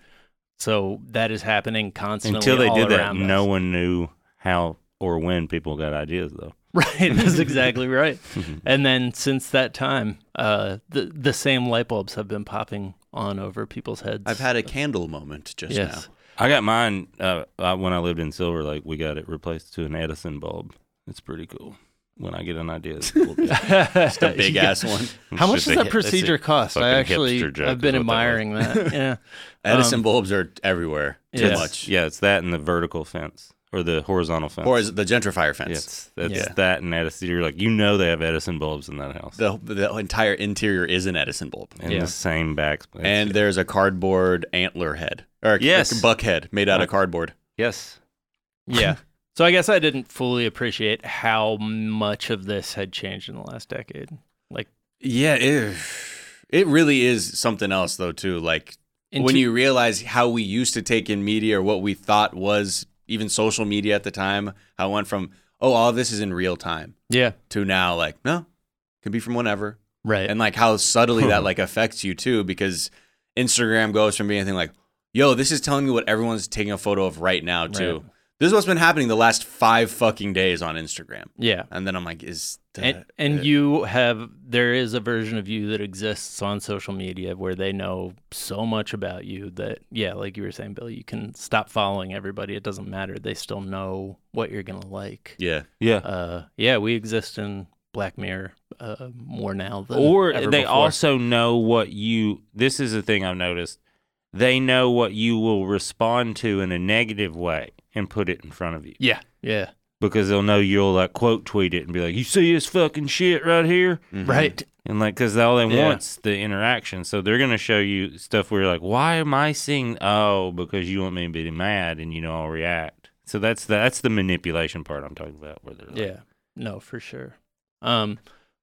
S1: So that is happening constantly.
S3: Until they
S1: all
S3: did that,
S1: around
S3: no
S1: us.
S3: one knew how or when people got ideas though.
S1: (laughs) Right, that's exactly
S3: (laughs)
S1: right.
S3: Hmm.
S1: and then since that time, uh, the the same light bulbs have been popping on over people's heads. (laughs)
S2: I've had a candle moment just
S1: yes,
S3: I got mine uh, uh, when I lived in Silver Lake. We got it replaced to an Edison bulb. It's pretty cool. When I get an idea,
S1: (laughs)
S3: it's cool.
S1: just
S2: now. Big
S1: (laughs)
S2: ass one.
S1: How much does
S3: It's just a-
S1: that
S3: it's a
S1: procedure cost? I
S3: fucking
S1: actually
S3: hipster joke
S1: I've been
S3: is what that was.
S1: admiring that.
S3: (laughs)
S1: Yeah,
S2: Edison bulbs are everywhere. Too
S1: Um, yes.
S2: much.
S3: Yeah, it's that and the vertical fence or the horizontal fence.
S2: Or is it the gentrifier fence?
S3: Yes, that's
S1: Yeah.
S3: that and Edison. You're like, you know, they have Edison bulbs in that house,
S2: The the entire interior is an Edison bulb.
S3: and
S1: Yeah.
S3: the same back.
S2: and there's a cardboard antler head or a-
S3: Yes.
S2: a buck head made out of cardboard.
S3: yes,
S1: Yeah. (laughs) So I guess I didn't fully appreciate how much of this had changed in the last decade. Like
S2: Yeah, it, it really is something else though too. Like
S1: in
S2: when
S1: two-
S2: you realize how we used to take in media or what we thought was even social media at the time, how it went from oh all this is in real time
S1: yeah,
S2: to now like no, can be from whenever.
S1: right,
S2: and like how subtly
S1: Hmm.
S2: that like affects you too because instagram goes from being a thing like yo this is telling me what everyone's taking a photo of right now too
S1: Right.
S2: this is what's been happening the last five fucking days on instagram
S1: yeah.
S2: and then i'm like is that
S1: And and you have there is a version of you that exists on social media where they know so much about you that yeah, like you were saying, Bill, you can stop following everybody. It doesn't matter. They still know what you're gonna like.
S2: yeah
S3: yeah.
S1: Uh, yeah, we exist in Black Mirror uh, more now than
S3: or
S1: ever
S3: they
S1: before.
S3: also know what you. This is the thing I've noticed. They know what you will respond to in a negative way and put it in front of you
S1: yeah yeah
S3: because they'll know you'll like quote tweet it and be like, "You see this fucking shit right here."
S2: Mm-hmm.
S1: right
S3: And like, because all they
S1: Yeah.
S3: want's the interaction, so they're gonna show you stuff where you're like, "Why am I seeing?" Oh, because you want me to be mad, and you know I'll react. So that's the, that's the manipulation part I'm talking about. Where they're like,
S1: Yeah. No, for sure. Um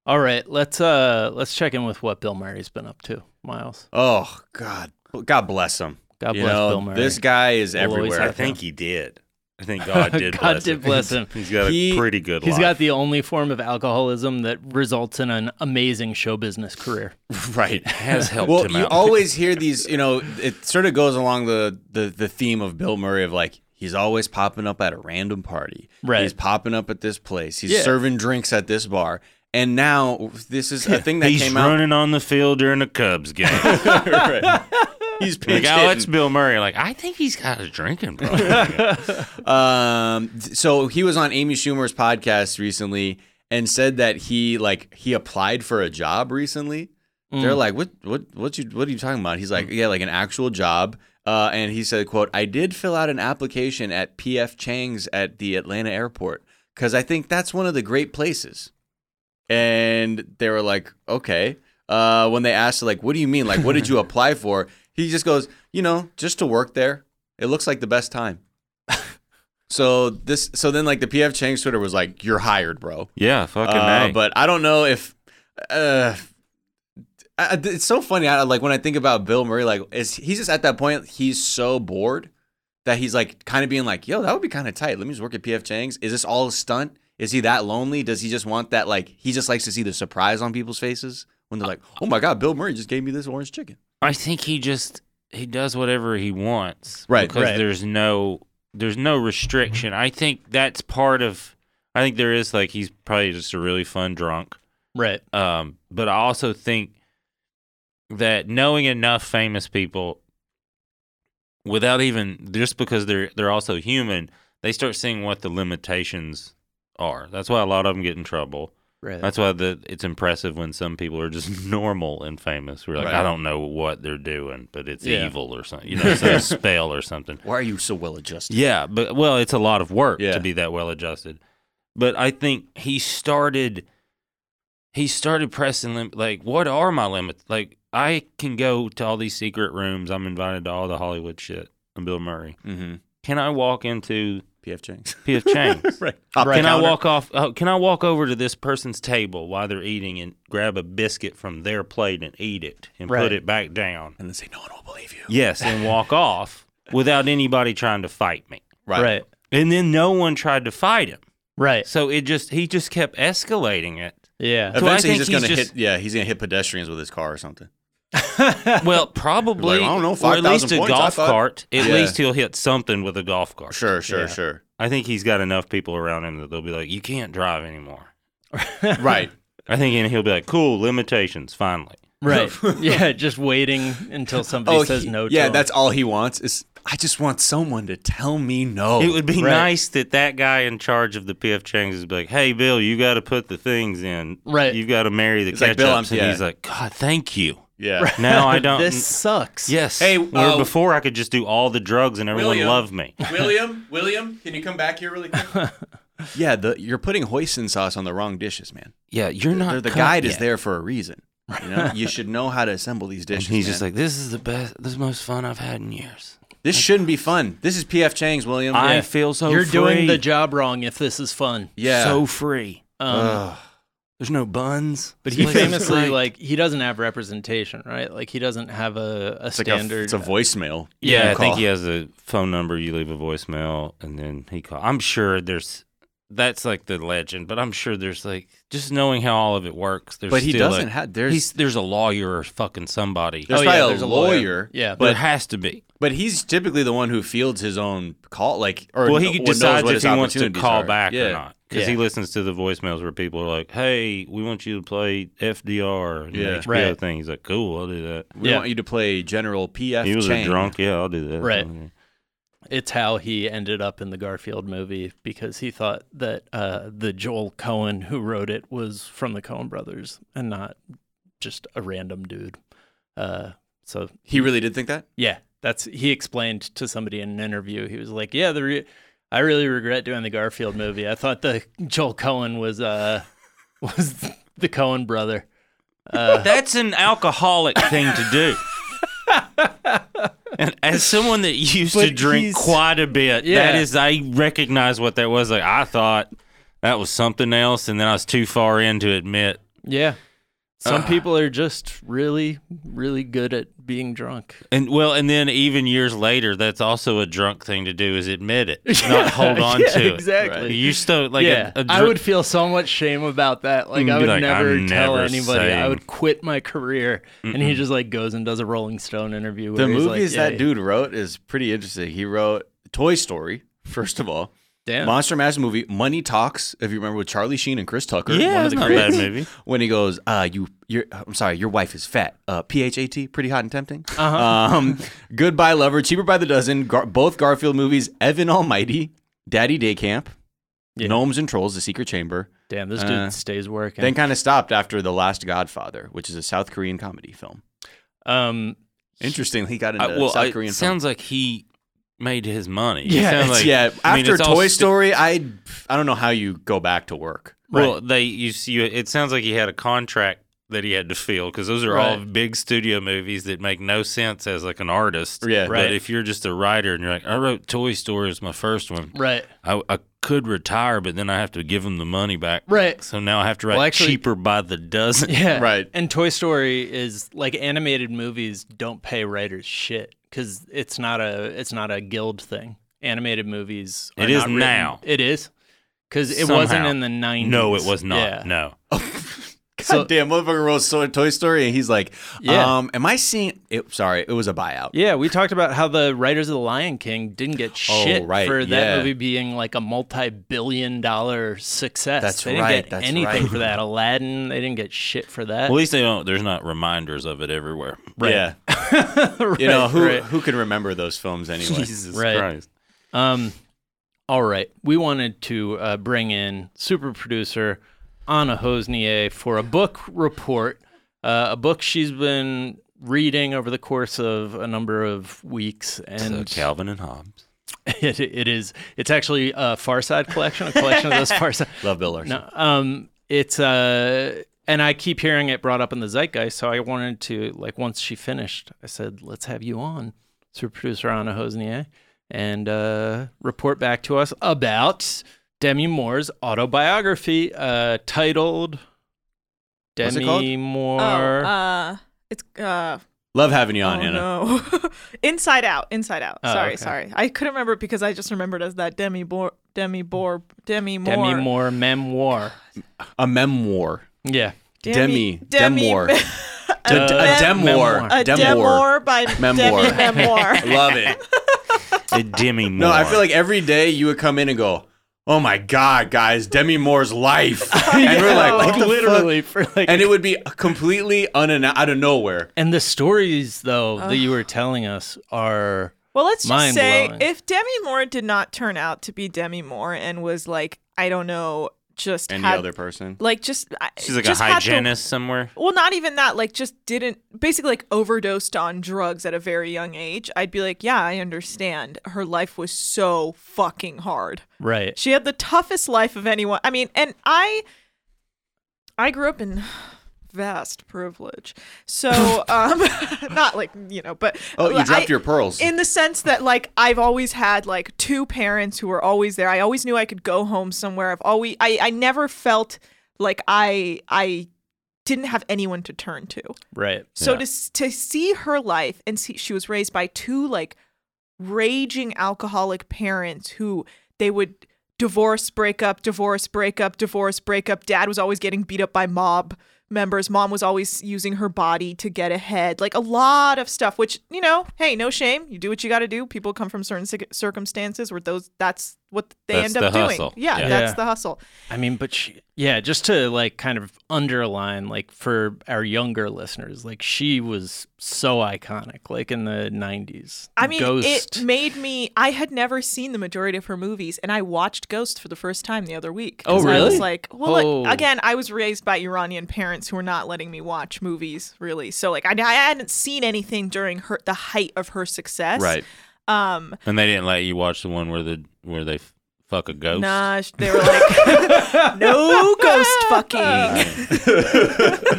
S1: all right, let's uh let's check in with what Bill Murray's been up to, Miles.
S2: oh god god bless him
S1: God
S2: you
S1: bless
S2: know,
S1: Bill Murray.
S2: this guy is
S1: We'll always
S2: everywhere
S3: I think he did. I think
S1: (laughs)
S3: God did.
S1: God
S3: bless
S1: did
S3: him.
S1: bless him.
S3: (laughs) He's got a
S2: He-
S3: pretty good.
S1: He's
S3: life.
S1: got the only form of alcoholism that results in an amazing show business
S2: (laughs)
S1: career.
S3: (laughs)
S2: right
S3: has helped
S2: well
S3: him
S2: you
S3: out. (laughs)
S2: always hear these you know it sort of goes along the, the the theme of bill murray of like he's always popping up at a random party
S1: Right.
S2: he's popping up at this place he's
S1: Yeah.
S2: serving drinks at this bar and now this is
S3: (laughs)
S2: a thing that
S3: He's
S2: came out
S3: running on the field during a Cubs game. like,
S2: (laughs) he's pitch
S3: oh, it's
S2: hitting.
S3: Bill Murray. Like, I think he's got a drinking
S1: (laughs)
S3: problem.
S2: um th- so he was on amy schumer's podcast recently and said that he like he applied for a job recently.
S1: Mm,
S2: They're like, what, what, what you, what are you talking about? He's like, yeah, like an actual job. Uh, and he said, quote, I did fill out an application at PF Chang's at the Atlanta airport because I think that's one of the great places. And they were like, okay. Uh, when they asked, like, what do you mean? Like, what did you apply for? He just goes, you know, just to work there. It looks like the best time. so this, so then like the PF Chang's Twitter was like, you're hired, bro.
S3: Yeah, fucking
S2: Uh,
S3: A.
S2: but I don't know if. Uh, I, I- it's so funny. I, like when I think about Bill Murray, like is he's just at that point. He's so bored that he's like kind of being like, "Yo, that would be kind of tight. Let me just work at PF Chang's. Is this all a stunt? Is he that lonely? Does he just want that? Like he just likes to see the surprise on people's faces when they're like, "Oh my god, Bill Murray just gave me this orange chicken."
S3: I think he just he does whatever he wants,
S2: Right,
S3: Because
S1: right.
S3: there's no there's no restriction. I think that's part of. I think there is like he's probably just a really fun drunk.
S1: Right.
S3: Um, but I also think that knowing enough famous people, without even just because they're they're also human, they start seeing what the limitations are. That's why a lot of them get in trouble.
S1: Right.
S3: That's why the it's impressive when some people are just (laughs) normal and famous. We're like,
S2: Right.
S3: I don't know what they're doing, but it's
S1: Yeah.
S3: evil or something, you know, some spell or something.
S2: Why are you so well adjusted?
S3: Yeah, but well, it's a lot of work
S2: Yeah.
S3: to be that well adjusted. But I think he started he started pressing lim- like what are my limits? Like I can go to all these secret rooms. I'm invited to all the Hollywood shit. I'm Bill Murray.
S2: Mm-hmm.
S3: Can I walk into
S2: PF Chang's. (laughs)
S3: PF Chang's?
S2: right.
S3: Can I walk off? Oh, can I walk over to this person's table while they're eating and grab a biscuit from their plate and eat it and
S1: Right.
S3: put it back down?
S2: and then say, "No one will believe you."
S3: Yes, and
S2: (laughs)
S3: walk off without anybody trying to fight me.
S1: Right. Right.
S3: And then no one tried to fight him.
S1: Right.
S3: So it just he just kept escalating it.
S2: (laughs)
S1: Yeah.
S3: So I
S2: Eventually,
S3: think
S2: he's just
S3: he's
S2: gonna
S3: just-
S2: hit. Yeah, he's gonna hit pedestrians with his car or something.
S3: Well, probably
S2: Like, I don't know,
S3: or at
S2: 5,000
S3: least a
S2: points, I
S3: golf
S2: thought.
S3: cart. At
S2: Yeah.
S3: least he'll hit something with a golf cart.
S2: Sure, sure,
S1: Yeah.
S3: (laughs)
S2: sure.
S3: I think he's got enough people around him that they'll be like, "You can't drive anymore."
S2: Right.
S3: I think, and he'll be like, "Cool, limitations, finally."
S1: Right. yeah. Just waiting until somebody says
S2: Oh, he-
S1: no. to
S2: Yeah,
S1: him.
S2: that's all he wants is I just want someone to tell me no.
S3: It would be
S1: right.
S3: nice that that guy in charge of the PF Chang's is like, "Hey, Bill, you got to put the things in.
S1: Right.
S3: You've got to marry the
S2: It's like,
S3: ketchup."
S2: "Bill, I'm-
S3: and
S2: yeah.
S3: he's like, "God, thank you."
S2: (laughs) yeah.
S3: Now I don't.
S1: this sucks.
S3: yes.
S2: Hey,
S3: Where
S2: uh,
S3: before I could just do all the drugs and everyone
S2: William.
S3: loved me.
S2: (laughs) William, William, can you come back here really
S3: (laughs)
S2: quick? yeah, the, you're putting hoisin sauce on the wrong dishes, man.
S3: Yeah, you're not.
S2: The, the
S3: cut
S2: guide is
S3: yet.
S2: there for a reason. You know, you should know how to assemble these
S3: (laughs) And
S2: dishes.
S3: he's just
S2: man.
S3: like, "This is the best. This is the most fun I've had in years."
S2: this shouldn't be fun. This is PF Chang's, William.
S3: I
S2: yeah.
S3: feel so.
S1: You're doing the
S3: free.
S1: job wrong if this is fun.
S2: yeah.
S3: So free.
S1: Um,
S2: Ugh.
S3: There's no buns.
S1: But he
S3: This place is
S1: famously
S3: great.
S1: like he doesn't have representation, right? Like he doesn't have a, a
S2: it's like a,
S1: standard.
S2: it's a voicemail.
S3: Yeah, I
S2: call.
S3: think he has a phone number. You leave a voicemail, and then he call. I'm sure there's that's like the legend, but I'm sure there's like just knowing how all of it works. There's
S2: But he
S3: still
S2: doesn't
S3: a,
S2: have. There's
S3: he's there's a lawyer or fucking somebody.
S2: there's
S1: Oh, yeah,
S2: probably
S1: there's a
S2: a, lawyer.
S1: lawyer. Yeah.
S3: There
S2: but
S3: has to be.
S2: but he's typically the one who fields his own call. Like or
S3: Well, he
S2: knows
S3: decides
S2: what
S3: if
S2: his
S3: he wants to
S2: opportunities
S3: call
S2: are.
S3: back
S2: yeah.
S3: or not because
S1: Yeah.
S3: he listens to the voicemails where people are like, "Hey, we want you to play FDR and
S2: Yeah.
S3: the HBO
S1: Right.
S3: thing." He's like, "Cool, I'll do that."
S2: We
S1: Yeah.
S2: want you to play General P.F.
S3: He was
S2: Chang.
S3: a drunk. Yeah, I'll do that.
S1: Right. it's how he ended up in the Garfield movie because he thought that uh, the Joel Cohen who wrote it was from the Cohen brothers and not just a random dude. Uh, so
S2: He really did think that.
S1: yeah, that's he explained to somebody in an interview. He was like, "Yeah, the re- I really regret doing the Garfield movie. I thought the Joel Cohen was uh (laughs) was the Cohen brother."
S3: That's an alcoholic thing to
S1: (laughs)
S3: do. and as someone that used to
S1: But
S3: drink
S1: he's-
S3: quite a bit,
S1: Yeah.
S3: that is, I recognize what that was. Like I thought that was something else, and then I was too far in to admit.
S1: Yeah. Some people are just really, really good at being drunk.
S3: And well, and then even years later, that's also a drunk thing to do is
S1: (laughs)
S3: admit it, not hold on
S1: Yeah,
S3: to it.
S1: exactly.
S3: You still like
S1: yeah,
S3: a, a
S1: I
S3: dr-
S1: would feel so much shame about that. Like
S3: You'd
S1: I
S3: be
S1: would
S3: like,
S1: never
S3: "I'm
S1: tell
S3: never
S1: anybody. I
S3: saying-
S1: would quit my career. And he just like goes and does a Rolling Stone interview. Where
S2: The
S1: he's
S2: movies
S1: like,
S2: that
S1: "Yeah,
S2: dude wrote is pretty interesting. He wrote Toy Story, (laughs) first of all.
S1: Damn.
S2: Monster Mash movie, Money Talks, if you remember with Charlie Sheen and Chris Tucker.
S3: Yeah,
S2: one of
S3: it's
S2: the
S3: not a bad
S2: greats.
S3: movie.
S2: (laughs) When he goes, uh, you, you're, I'm sorry, your wife is fat. Uh, P H A T, pretty hot and tempting. (laughs)
S3: Uh-huh. (laughs)
S2: Um, Goodbye Lover, Cheaper by the Dozen, Gar- both Garfield movies, Evan Almighty, Daddy Day Camp.
S1: Yeah.
S2: Gnomes and Trolls: The Secret Chamber.
S1: Damn, this
S2: Uh,
S1: dude stays working.
S2: Then kind of stopped after The Last Godfather, which is a South Korean comedy film.
S1: um,
S2: Interestingly, he got into
S3: I, well,
S2: South
S3: I-
S2: Korean.
S3: (laughs) sounds like he made his money. It
S1: Yeah,
S3: sounds
S2: film.
S3: like,
S2: yeah,
S3: I mean,
S2: after
S3: it's all
S2: Toy
S3: sti-
S2: Story, I I don't know how you go back to work.
S3: Well, they you see, it sounds like he had a contract that he had to fill because those are all
S1: Right.
S3: big studio movies that make no sense as like an artist.
S2: Yeah.
S1: Right.
S3: But if you're just a writer and you're like, I wrote Toy Story as my first one,
S1: right,
S3: I, I could retire, but then I have to give him the money back.
S1: right. (laughs)
S3: So now I have to write
S1: Well, actually-
S3: cheaper by
S1: (laughs)
S3: the dozen.
S1: Yeah.
S2: Right.
S1: And Toy Story is like animated movies don't pay writers shit cuz it's not a it's not a guild thing. Animated movies are
S3: It is
S1: not written-
S3: now.
S1: It is. Cuz it
S3: Somehow.
S1: wasn't in the 90s.
S3: No, it was not.
S1: Yeah.
S3: No.
S2: (laughs) God
S1: So-
S2: damn, motherfucker wrote so- Toy Story, and he's like,
S1: Yeah.
S2: um, "Am I seeing?" It, sorry, it was a buyout.
S1: Yeah, we talked about how the writers of The Lion King didn't get shit
S2: Oh, right,
S1: for that
S2: yeah.
S1: movie being like a multi-billion dollar success.
S2: That's
S1: they didn't
S2: right,
S1: get
S2: that's
S1: anything
S2: right.
S1: for that. Aladdin, they didn't get shit for that.
S3: Well, at least they don't. There's not reminders of it everywhere.
S2: Yeah,
S1: (laughs)
S2: you know
S1: Right,
S2: who
S1: right.
S2: who can remember those films anyway?
S3: Jesus
S1: Right.
S3: Christ.
S1: Um, all right. We wanted to uh, bring in super producer Anna Hosnier for a book report, uh, a book she's been reading over the course of a number of weeks,
S3: So
S1: and
S3: Calvin and Hobbes.
S1: it, it is it's actually a Far Side collection, a collection
S2: (laughs)
S1: of those Far Side.
S2: Love Bill Larson.
S1: No, um, it's uh, and I keep hearing it brought up in the zeitgeist, so I wanted to like once she finished, I said, "Let's have you on, super producer Anna Hosnier, and uh, report back to us about Demi Moore's autobiography, uh, titled
S2: What's it
S1: Demi
S2: called?
S1: Moore."
S4: Oh, uh, it's uh,
S2: Love having you
S4: oh
S2: on, Anna.
S4: no, (laughs) Inside Out, Inside Out.
S1: Oh,
S4: sorry,
S1: okay.
S4: sorry, I couldn't remember it because I just remembered as that Demi Bor, Demi Bor, Demi Moore,
S1: Demi Moore memoir.
S2: A memoir.
S1: Yeah.
S2: Demi, Demore.
S4: Me-
S2: A, d- a
S1: mem-
S2: demoir.
S1: memoir.
S4: (laughs) a Demore by
S2: Memoir.
S4: Demi
S2: (laughs)
S4: Memoir. (laughs)
S2: Love it.
S3: A Demi Moore.
S2: No, I feel like every day you would come in and go, "Oh my god, guys, Demi Moore's life," and we're like, "What the fuck?"
S1: literally for like
S2: and it would be completely unannounced out of nowhere.
S1: And the stories though that you were telling us are
S4: Well, let's just say
S1: Mind-blowing.
S4: if Demi Moore did not turn out to be Demi Moore and was like, I don't know, just
S2: Any
S4: had,
S2: other person?
S4: like just I-
S3: she's like a
S4: just had to
S3: hygienist somewhere.
S4: well not even that like just didn't basically like overdosed on drugs at a very young age i'd be like yeah i understand her life was so fucking hard
S1: right.
S4: she had the toughest life of anyone i mean and i i grew up in vast privilege so
S2: (laughs)
S4: um (laughs) not like you know but
S2: Oh, you dropped
S4: I-
S2: your pearls.
S4: in the sense that like I've always had like two parents who were always there. I always knew I could go home somewhere. I've always I, I never felt like I I didn't have anyone to turn to.
S1: Right.
S4: So
S3: Yeah.
S4: to s- to see her life and see she was raised by two like raging alcoholic parents who they would divorce, break up, divorce, break up, divorce, break up. Dad was always getting beat up by mob members. Mom was always using her body to get ahead. Like a lot of stuff which, you know, hey, no shame. You do what you got to do. People come from certain cir- circumstances where those that's what they
S3: That's
S4: end up
S3: the
S4: doing.
S3: hustle.
S4: Yeah,
S3: Yeah.
S4: that's
S1: Yeah.
S4: the hustle.
S1: I mean, but she, yeah, just to like kind of underline, like for our younger listeners, like she was so iconic, like in the 90s.
S4: I mean,
S1: Ghost.
S4: it made me. I had never seen the majority of her movies, and I watched Ghost for the first time the other week.
S1: Oh,
S4: 'Cause I
S1: really?
S4: was like, well, like,
S1: Oh.
S4: again, I was raised by Iranian parents who were not letting me watch movies, really. So, like, I, I hadn't seen anything during her the height of her success.
S2: right.
S4: Um.
S3: And they didn't let you watch the one where the where they f- fuck a ghost.
S4: Nah, sh- they were like, (laughs) no ghost fucking.
S1: Uh.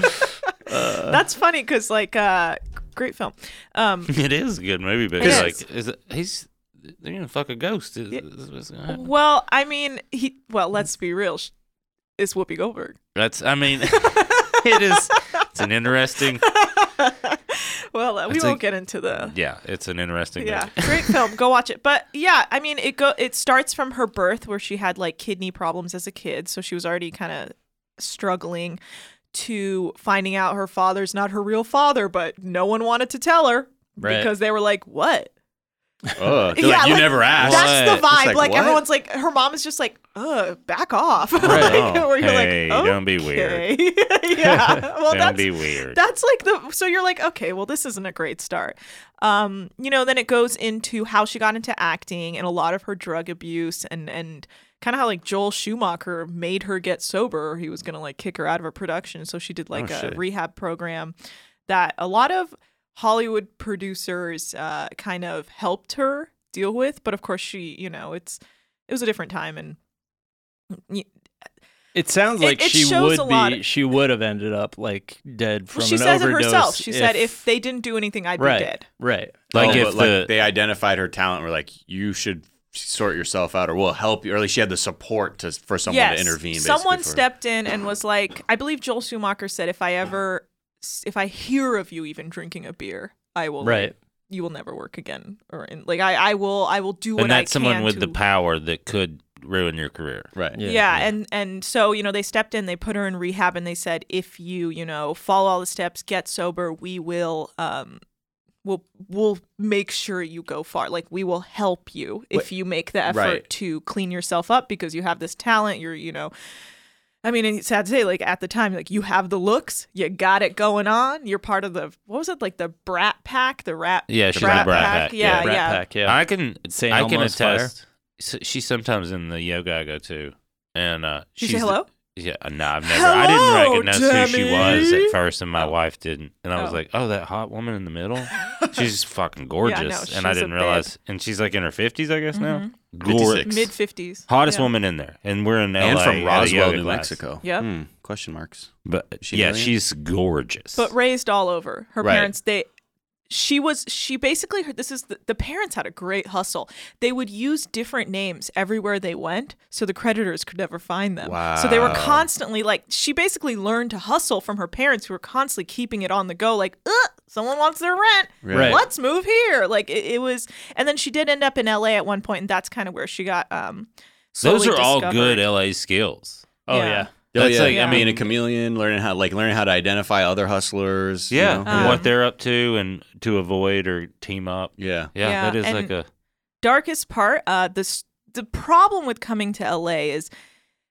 S4: (laughs) That's funny because, like, uh, great film.
S1: (laughs)
S4: Um,
S3: (laughs) It is a good movie, but
S4: It
S3: it's
S4: is.
S3: like is it, he's they're gonna fuck a ghost. Is, is uh, what's gonna happen.
S4: well, I mean, he. Well, let's be real. sh- It's Whoopi Goldberg.
S3: That's I mean, it is. It's an interesting.
S4: (laughs) Well, uh, we
S3: It's
S4: won't
S3: like-
S4: get into the
S3: Yeah, it's an interesting.
S4: yeah,
S3: movie.
S4: great film. Go watch it. But yeah, I mean, it go it starts from her birth where she had like kidney problems as a kid, so she was already kind of struggling to finding out her father's not her real father, but no one wanted to tell her
S1: Right.
S4: because they were like, "What?"
S2: Oh,
S4: Yeah,
S2: you
S4: like,
S2: never asked.
S4: That's the
S3: What?
S4: vibe.
S2: It's like,
S4: Like,
S2: what?
S4: everyone's like, her mom is just like, "Ugh, back off." (laughs) like,
S2: Oh,
S4: where you're
S3: hey,
S4: like,
S3: don't be weird.
S4: "Okay." (laughs)
S3: (laughs)
S4: yeah. Well,
S3: Don't
S4: that's
S3: be weird.
S4: that's like the so you're like okay well this isn't a great start um you know then it goes into how she got into acting and a lot of her drug abuse and and kind of how like Joel Schumacher made her get sober. He was gonna like kick her out of a production, so she did like
S2: Oh,
S4: a
S2: shit.
S4: rehab program that a lot of Hollywood producers uh, kind of helped her deal with. But of course, she you know it's it was a different time and. y-
S1: It sounds
S4: It-
S1: like
S4: it
S1: she
S4: shows
S1: would
S4: a lot
S1: be.
S4: of-
S1: she would have ended up like dead from
S4: Well, she
S1: an
S4: says it
S1: overdose.
S4: herself. She said, "If they didn't do anything, I'd
S1: right,
S4: be dead."
S1: right,
S3: Like
S2: Oh,
S3: if
S2: but,
S3: the-
S2: they identified her talent, we're like, you should sort yourself out, or we'll help you. Or at least she had the support to for someone to intervene. basically,
S4: Someone
S2: for-
S4: stepped in and was like, I believe Joel Schumacher said, if I ever, if I hear of you even drinking a beer, I will,
S1: right,
S4: you will never work again. Or in, like, I, I will, I will do what
S3: and
S4: I
S3: that's someone
S4: can
S3: with
S4: to-
S3: the power that could ruin your career.
S2: right.
S1: Yeah.
S4: Yeah, and and so you know they stepped in, they put her in rehab, and they said if you you know follow all the steps, get sober, we will um, we'll we'll make sure you go far. Like we will help you if you make the effort
S2: Right.
S4: to clean yourself up because you have this talent. You're you know. I mean, it's sad to say, like at the time, like you have the looks, you got it going on. You're part of the what was it like the Brat Pack, the Rat?
S3: Yeah,
S4: the
S3: she's in
S4: Brat
S3: the Brat Pack,
S4: Yeah,
S3: yeah.
S1: Rat
S4: yeah.
S1: Pack, yeah.
S3: I can
S1: St.
S3: I can
S1: Elmo's Fire.
S3: attest. s She's sometimes in the yoga I go to, and uh,
S4: Did you
S3: she's
S4: say
S3: the-
S4: hello?
S3: yeah, uh, no, I've never. I didn't
S4: Hello,
S3: recognize who she was
S4: Demi.
S3: at first, and my wife didn't, and I was
S4: Oh.
S3: like, "Oh, that hot woman in the
S4: (laughs)
S3: middle, she's just fucking gorgeous," and I
S4: she's a Mm-hmm.
S3: didn't
S4: babe.
S3: realize. And she's like in her fifties, I guess now. Gorgeous,
S2: 56.
S4: Mid fifties,
S3: hottest woman in there, and we're in LA
S2: and
S3: at
S2: from
S3: a
S2: Roswell,
S3: yoga
S2: New
S3: class.
S2: Mexico.
S4: Yep.
S2: Hmm, question marks.
S3: But
S2: She
S3: yeah,
S2: million?
S3: she's gorgeous.
S4: but raised all over her
S2: Right.
S4: parents they she was she basically her this is the, the parents had a great hustle they would use different names everywhere they went so the creditors could never find them so they were
S2: Wow.
S4: constantly like she basically learned to hustle from her parents who were constantly keeping it on the go like Ugh, someone wants their rent
S1: Right.
S4: let's move here like it, it was and then she did end up in la at one point and that's kind of where she got um
S3: those are
S4: slowly
S3: all
S4: discovered.
S3: good LA skills.
S1: oh
S4: yeah.
S1: yeah,
S2: Oh,
S3: That's
S2: yeah,
S3: like-
S2: like,
S4: Yeah.
S2: I mean, a chameleon, learning how like learning how to identify other hustlers. you
S3: Yeah,
S2: know?
S3: and
S4: Um,
S3: what they're up to, and to avoid or team up.
S2: yeah.
S3: Yeah,
S4: Yeah,
S3: that is
S4: and-
S3: like a
S4: darkest part uh this the problem with coming to LA is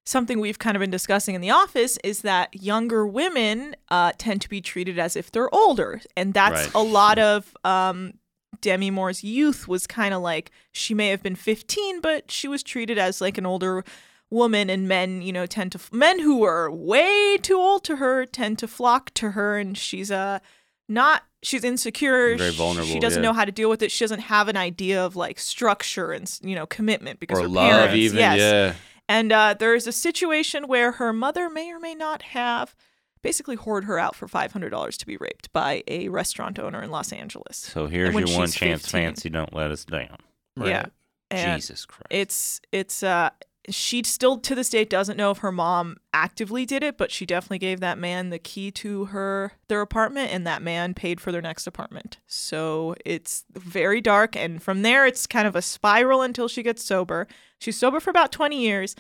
S4: something we've kind of been discussing in the office is that younger women uh, tend to be treated as if they're older and that's
S2: Right.
S4: a lot of um, demi moore's youth was kind of like she may have been 15 but she was treated as like an older woman and men you know tend to men who are way too old to her tend to flock to her and she's uh, not she's insecure
S2: Very
S4: She- she
S2: vulnerable,
S4: doesn't
S2: yeah.
S4: know how to deal with it she doesn't have an idea of like structure and you know commitment because
S2: Or
S4: her
S2: love,
S4: parents,
S2: even.
S4: yes.
S2: Yeah.
S4: And uh, there is a situation where her mother may or may not have basically hoard her out for $500 to be raped by a restaurant owner in Los Angeles.
S3: so here's
S4: when
S3: your one
S4: she's
S3: chance,
S4: 15.
S3: fancy, don't let us down.
S4: Yeah. And
S3: Jesus Christ.
S4: it's, it's, uh, she still to this day doesn't know if her mom actively did it, but she definitely gave that man the key to her their apartment, and that man paid for their next apartment. So it's very dark, and from there it's kind of a spiral until she gets sober. She's sober for about twenty years,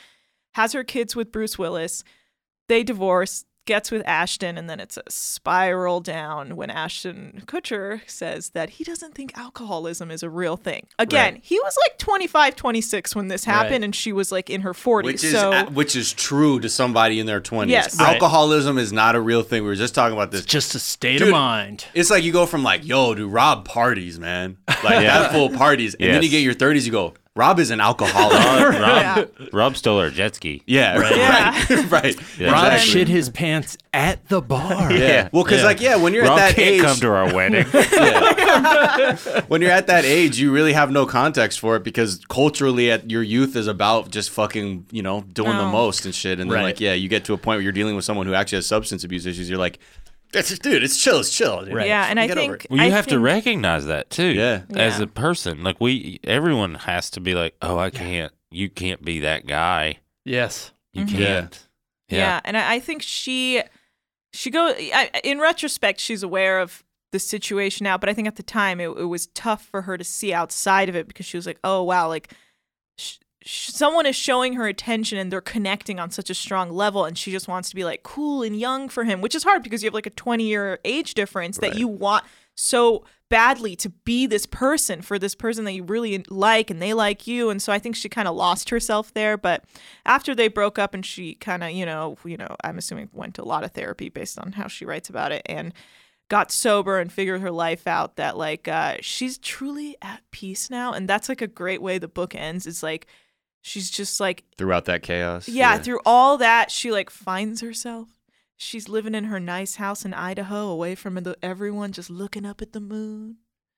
S4: has her kids with Bruce Willis. They divorce, gets with Ashton, and then it's a spiral down when Ashton Kutcher says that he doesn't think alcoholism is a real thing. Again, he was like 25, 26 when this happened,
S1: Right.
S4: and she was like in her 40s.
S2: Which is
S4: so
S2: uh, which is true to somebody in their twenties.
S4: Yes. Right.
S2: Alcoholism is not a real thing. We were just talking about this.
S1: just a state of
S2: Dude.
S1: mind.
S2: It's like you go from like, yo, do Rob parties, man. Like that full parties. And then
S3: Yes.
S2: you get your thirties, you go, Rob is an
S4: (laughs)
S2: alcoholic.
S3: (laughs) Rob, Rob stole our jet ski.
S2: yeah. Right.
S4: Yeah.
S2: Right. (laughs) right.
S3: Yeah.
S1: Rob
S2: exactly.
S1: shit his pants at the
S3: (laughs)
S1: bar.
S2: Yeah. Well, because
S1: Yeah.
S2: like, yeah, when you're
S3: Rob
S2: at that
S3: can't
S2: age, (laughs)
S3: come to our
S4: (laughs)
S3: wedding.
S2: when you're at that age, you really have no context for it because culturally, at your youth is about just fucking, you know, doing the
S4: No.
S2: most and shit. And then
S1: Right.
S2: like, yeah, you get to a point where you're dealing with someone who actually has substance abuse issues. You're like, that's dude, it's chill, it's chill. dude.
S1: Right.
S4: yeah, and I
S2: Get over
S4: think
S3: well, you
S4: I
S3: have to
S4: think-
S3: recognize that too.
S2: Yeah.
S3: As
S4: Yeah.
S3: a person, like we, everyone has to be like, oh, I can't. You can't be that guy.
S1: Yes.
S3: You
S4: Mhm.
S2: Yeah.
S3: can't.
S4: Yeah. and I, I think she she go I, in retrospect she's aware of the situation now, but I think at the time it, it was tough for her to see outside of it because she was like, oh wow, like sh- sh- someone is showing her attention and they're connecting on such a strong level, and she just wants to be like cool and young for him, which is hard because you have like a twenty year age difference that you want so badly to be this person for this person that you really like and they like you and so i think she kind of lost herself there but after they broke up and she kind of you know you know i'm assuming went to a lot of therapy based on how she writes about it and got sober and figured her life out that like uh she's truly at peace now and that's like a great way the book ends is like She's just like
S2: throughout that chaos.
S4: yeah, through all that, she like finds herself. She's living in her nice house in Idaho, away from the, everyone, just looking up at the moon.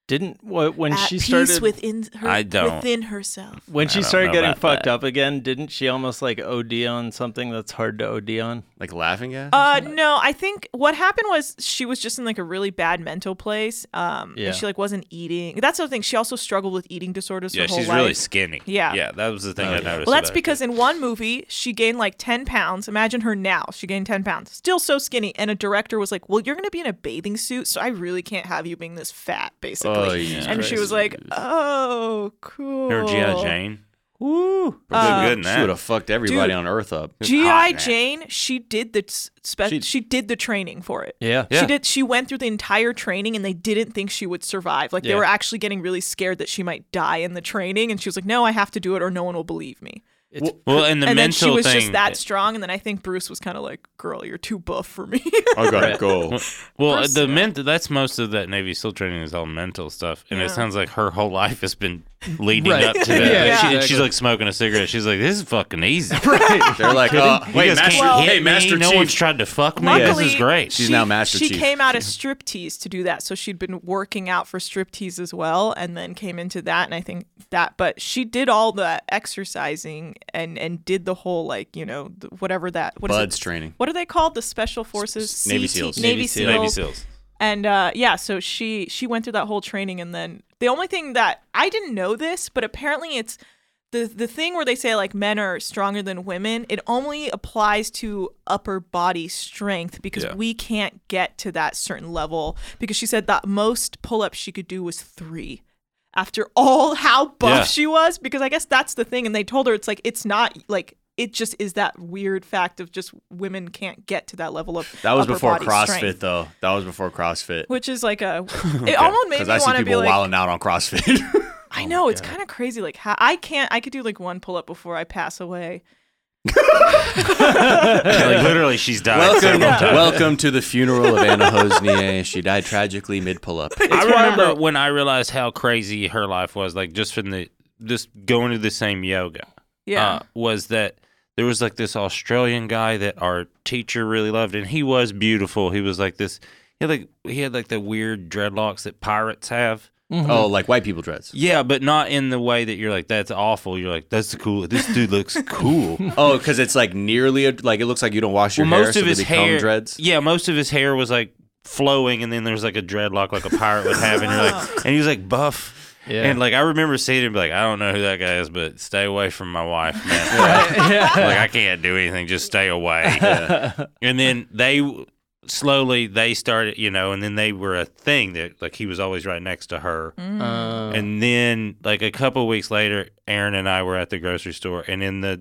S1: Didn't wh- when
S4: at
S1: she
S4: peace
S1: started
S4: within her,
S3: I don't-
S4: within herself.
S1: when
S3: I
S1: she
S3: don't
S1: started
S3: know
S1: getting
S3: about
S1: fucked
S3: that.
S1: up again? Didn't she almost like OD on something that's hard to OD on?
S2: like laughing gas.
S4: Uh, no, I think what happened was she was just in like a really bad mental place. Um,
S1: Yeah.
S4: and she like wasn't eating. That's the thing. She also struggled with eating disorders.
S3: yeah,
S4: her whole
S3: she's
S4: life.
S3: really skinny.
S4: Yeah.
S3: yeah, that was the thing
S2: Oh,
S3: I
S2: yeah.
S3: noticed.
S4: Well, that's
S3: about
S4: because in one movie she gained like ten pounds. Imagine her now; she gained ten pounds, still so skinny. And a director was like, "Well, you're going to be in a bathing suit, so I really can't have you being this fat, basically."
S2: Oh, Jesus
S4: and she was
S2: Christ.
S4: like, "Oh, cool."
S3: it. her GI Jane.
S1: Woo!
S3: We're
S4: Uh,
S3: doing good
S2: she would
S3: now.
S2: have fucked everybody
S4: Dude.
S2: on Earth up.
S4: GI
S3: hot now.
S4: Jane. She did the s- spe-
S2: She-
S4: she, did the training for it.
S1: Yeah.
S3: Yeah.
S4: She did. She went through the entire training, and they didn't think she would survive. Like they
S1: Yeah.
S4: were actually getting really scared that she might die in the training, and she was like, "No, I have to do it, or no one will believe me."
S1: It's,
S3: Well, and the
S4: and then
S3: mental
S4: she was
S3: thing.
S4: just that strong, and then I think Bruce was kind of like, "Girl, you're too buff
S3: (laughs)
S4: for me."
S2: I gotta go.
S3: Well,
S4: Bruce-
S3: the men that's most of that Navy SEAL training is all mental stuff, and
S4: Yeah.
S3: it sounds like her whole life
S2: (laughs)
S3: has been leading
S1: Right.
S3: up to that.
S1: Yeah,
S3: Like, she- and
S1: exactly.
S3: she's like smoking a cigarette. She's like, "This is fucking
S2: (laughs)
S3: easy."
S2: They're like, uh,
S3: You
S2: wait,
S3: guys
S2: Master,
S3: can't hit
S2: hey,
S3: me.
S2: Master
S3: no
S2: Chief.
S3: one's tried to fuck me.
S4: Luckily,
S3: this is great.
S2: She's now Master
S4: she
S2: Chief.
S4: came out as striptease to do that, so she'd been working out for striptease as well, and then came into that, and I think that. But she did all the exercising and and did the whole like you know th- whatever that what is
S2: Buds
S4: it?
S2: training.
S4: What are they called? The special forces,
S2: Navy
S4: CT
S2: SEALs.
S4: Navy,
S1: Navy
S4: SEALs.
S1: SEALs.
S2: (laughs)
S3: Navy SEALs.
S4: And uh, yeah, so she she went through that whole training, and then the only thing that I didn't know this, but apparently it's the the thing where they say like men are stronger than women. It only applies to upper body strength because
S3: Yeah.
S4: we can't get to that certain level. Because she said that most pull ups she could do was three. After all, (laughs) how buff
S3: Yeah.
S4: she was, because I guess that's the thing. And they told her it's like it's not like it just is that weird fact of just women can't get to that level of
S2: That was
S4: upper
S2: before
S4: body
S2: CrossFit,
S4: strength
S2: though. That was before CrossFit.
S4: which is
S2: (laughs)
S4: like a it almost made me
S2: Because I see
S4: want to be
S2: people
S4: like
S2: wilding out on
S3: (laughs)
S2: CrossFit. (laughs)
S4: I know it's kind of crazy like how I can't I could do like one pull up before I pass away
S3: like literally, she's died.
S2: welcome,
S3: several times.
S2: welcome to the funeral of Anna Hosnier. She died tragically mid pull
S3: (laughs)
S2: up.
S3: I remember when I realized how crazy her life was, like just from the just going to the same yoga.
S4: yeah
S3: uh, was that there was like this Australian guy that our teacher really loved, and he was beautiful. He was like this. He had like he had like the weird dreadlocks that pirates have.
S1: Mm-hmm. (laughs)
S2: Oh, like white people
S3: (laughs)
S2: dreads.
S3: Yeah, but not in the way that you're like that's awful. You're like that's the cool. This dude
S2: (laughs)
S3: looks cool.
S2: Oh, because it's like nearly a, like it looks like you don't wash your hair, so they become dreads.
S3: (laughs) Yeah, most of his hair was like flowing, and then there's like a dreadlock like a pirate would have, and you're
S2: (laughs)
S3: like, and he was like buff.
S1: Yeah.
S3: And like I remember seeing him be like, I don't know who that guy is, but stay away from my wife, man.
S2: (laughs)
S3: (laughs)
S4: (laughs)
S3: like I can't do anything, just stay away. And then they slowly they started, you know, and then they were a thing that like he was always right next to her.
S4: Um, Mm.
S2: Uh-huh.
S1: Uh,
S3: And then, like a couple weeks later, Aaron and I were at the grocery store, and in the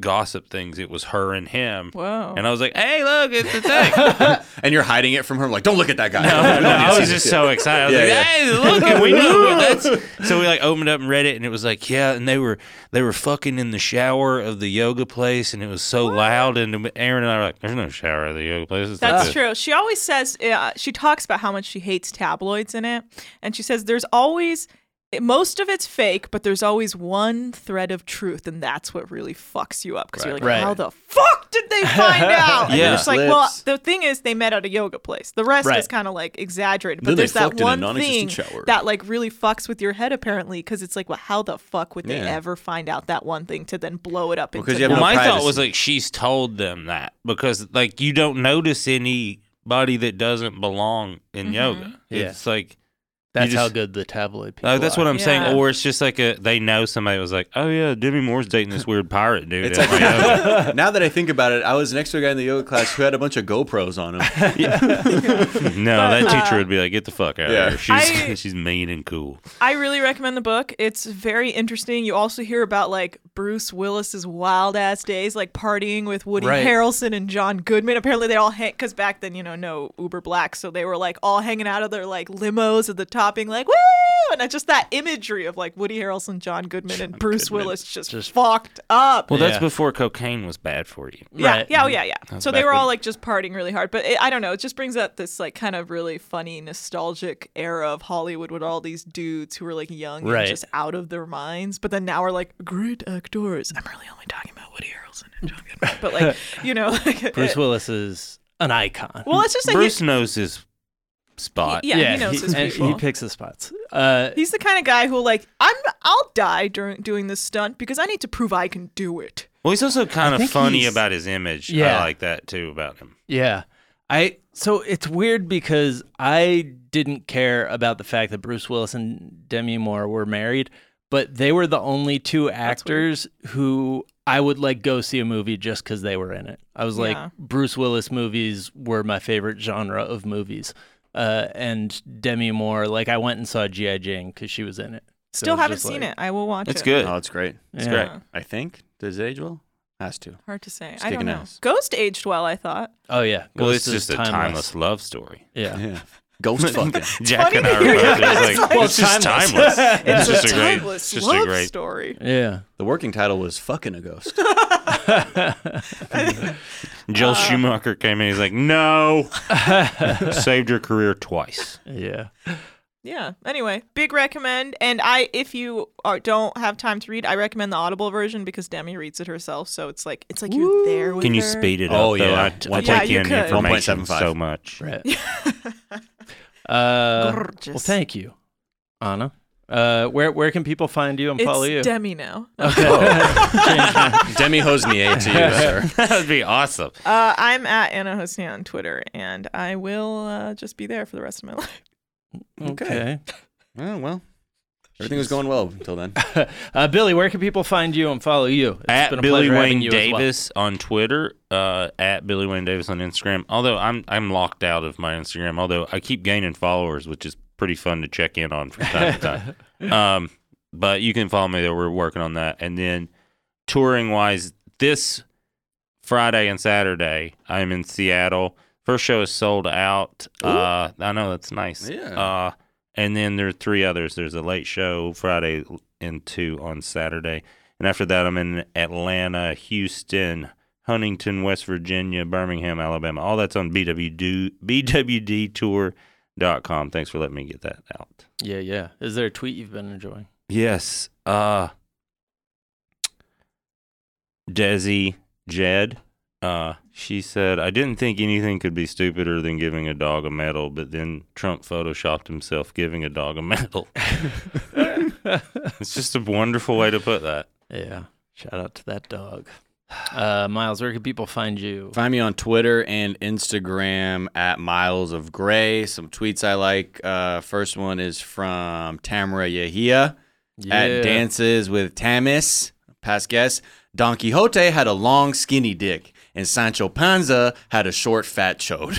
S3: gossip things, it was her and him.
S4: whoa
S3: And I was like, "Hey, look, it's
S2: (laughs)
S3: the thing."
S2: And you're hiding it from her. Like, don't look at that guy.
S3: No,
S2: Nobody
S3: no, I
S2: sees (laughs)
S3: was
S2: it.
S3: just so excited. I was
S2: Yeah, yeah.
S3: like, "Hey, look, and we know what that's." So we like opened up and read it, and it was like, "Yeah," and they were they were fucking in the shower of the yoga place, and it was so loud. And Aaron and I were like, "There's no shower at the yoga place." It's
S4: That's
S3: like this."
S4: true. She always says uh, she talks about how much she hates tabloids in it, and she says there's always it- most of it's fake, but there's always one thread of truth, and that's what really fucks you up because you're like,
S1: Right.
S4: how the fuck did
S2: (laughs)
S4: they find out? And
S3: Yeah.
S4: you're just like, well,
S2: Lips.
S4: the thing is, they met at a yoga place. The rest
S1: Right.
S4: is kind of like exaggerated, but
S2: Then they
S4: there's that
S2: fucked in a
S4: one thing
S2: non-existent shower.
S4: that like really fucks with your head apparently because it's like, well, how the fuck would they
S2: Yeah.
S4: ever find out that one thing to then blow it up?
S2: Well,
S4: into
S2: 'cause you have
S3: Well,
S2: no
S4: one-
S3: my thought
S2: privacy.
S3: was like she's told them that because like you don't notice anybody that doesn't belong in
S4: Mm-hmm.
S3: yoga.
S1: Yeah.
S3: It's like
S1: that's
S3: just-
S1: how good the tabloid people.
S3: like, that's what I'm
S4: Yeah.
S3: saying. Or it's just like a they know somebody was like, oh yeah, Demi Moore's dating this weird pirate dude.
S2: It's
S3: at my yoga."
S2: like, (laughs) now that I think about it, I was next to a guy in the yoga class who had a bunch of GoPros on (laughs) him.
S3: (laughs) no, that teacher would be like, get the fuck out
S2: Yeah.
S3: of here. She's (laughs)
S4: I-
S3: she's mean and cool.
S4: I really recommend the book. It's very interesting. You also hear about like Bruce Willis's wild ass days, like partying with Woody
S1: Right.
S4: Harrelson and John Goodman. Apparently, they all hang because back then, you know, no Uber Black, so they were like all hanging out of their like limos at the top hopping, like woo, and I just that imagery of like Woody Harrelson, John Goodman, and Bruce
S3: Goodman.
S4: Willis just,
S1: Just-
S4: fucked up.
S3: Well, that's
S1: Yeah.
S3: before cocaine was bad for you.
S4: yeah,
S1: right.
S4: yeah, oh, yeah, yeah.
S3: That's
S4: so they
S3: back
S4: were all
S3: when-
S4: like just partying really hard, but it, I don't know. It just brings out this like kind of really funny, nostalgic era of Hollywood with all these dudes who were like young
S1: Right.
S4: and just out of their minds, but then now we're like great actors. I'm really only talking about Woody Harrelson and John Goodman, but like you know, (laughs) like,
S1: Bruce
S4: it-
S1: Willis is an icon.
S4: well, it's just like
S3: Bruce knows his spot.
S4: Yeah, he knows his
S1: and
S4: people.
S1: He picks his spots. Uh,
S4: He's the kind of guy who like I'm I'll die during doing this stunt because I need to prove I can do it.
S3: Well, he's also kind of
S1: think
S3: funny
S1: he's-
S3: about his image.
S1: Yeah.
S3: I like that too about him.
S1: yeah. I so it's weird because I didn't care about the fact that Bruce Willis and Demi Moore were married, but they were the only two actors who I would like go see a movie just because they were in it. I was
S4: Yeah.
S1: like, Bruce Willis movies were my favorite genre of movies. Uh, and Demi Moore, like I went and saw G.I. Jane because she was in it. So
S4: Still
S1: it's
S4: haven't
S1: just
S4: seen
S1: like-
S4: it. I will watch
S3: It's
S4: it.
S3: good.
S2: Oh, it's great.
S1: Yeah.
S3: great.
S2: I think. Does it age well? Has to.
S4: Hard to say.
S2: It's
S4: I don't
S2: kicking
S4: know.
S2: ass.
S4: Ghost aged well, I thought.
S1: Oh yeah.
S3: Well,
S1: Ghost
S3: it's
S1: is
S3: just a timeless love
S4: (laughs)
S3: story.
S1: Yeah.
S3: (laughs)
S2: (laughs) Ghost fucking.
S3: Jack and I
S4: Funny
S3: were both
S4: that (laughs) you're
S3: just like,
S4: like-
S3: it's just
S1: timeless.
S3: timeless.
S4: It's,
S3: just
S4: a
S3: a great-
S4: timeless
S3: just a
S4: love
S3: great-
S4: story.
S1: Yeah.
S2: The working title was fucking a ghost.
S3: Joel
S4: Uh.
S3: Schumacher came in. He's
S1: (laughs)
S3: like, no, saved your career twice.
S1: Yeah.
S4: Yeah. Anyway, big recommend. And I, if you are, don't have time to read, I recommend the Audible version because Demi reads it herself. So it's like it's like you're there with
S3: Can you
S4: her. (laughs)
S3: speed it
S2: Oh,
S3: up? though?
S2: yeah.
S3: I, I
S2: One
S3: take
S4: point- Yeah, you
S3: in
S4: could.
S3: the information
S2: 1.75. (laughs)
S3: so much.
S1: Right. Uh, well,
S4: Gorgeous.
S1: thank you, Anna. Uh, where where can people find you and
S4: It's
S1: follow you? (laughs)
S4: Demi now.
S1: Oh.
S2: Demi Hosnier (laughs) to you, sir.
S3: that would be awesome.
S4: Uh, I'm at Anna Hosnia on Twitter, and I will uh, just be there for the rest of my life.
S1: okay.
S2: Oh, well. Everything was going well until then.
S1: Uh, Billy, where can people find you and follow you? It's
S3: at Billy
S1: pleasure having
S3: Wayne
S1: you as well.
S3: Davis on Twitter, uh, at Billy Wayne Davis on Instagram. Although I'm I'm locked out of my Instagram, although I keep gaining followers, which is pretty fun to check in on from time to
S1: (laughs)
S3: time. Um, but you can follow me there. We're working on that. And then touring wise, this Friday and Saturday, I'm in Seattle. First show is sold out. Uh, I know that's nice.
S2: Yeah.
S3: Uh, and then there are three others. There's a late show Friday and two on Saturday. And after that, I'm in Atlanta, Houston, Huntington, West Virginia, Birmingham, Alabama. All that's on BWD, BWDtour.com. Thanks for letting me get that out.
S1: Yeah, yeah. Is there a tweet you've been enjoying?
S3: Yes. Uh, Desi Jed. Uh, she said, I didn't think anything could be stupider than giving a dog a medal, but then Trump photoshopped himself giving a dog a medal. it's just a wonderful way to put that.
S1: Yeah. Shout out to that dog. Uh, Miles, where can people find you?
S2: Find me on Twitter and Instagram at Miles of Gray. Some tweets I like. Uh, first one is from Tamara Yahia
S1: Yeah.
S2: at Dances with Tamis. Past guest. Don Quixote had a long, skinny dick, and Sancho Panza had a short, fat chode.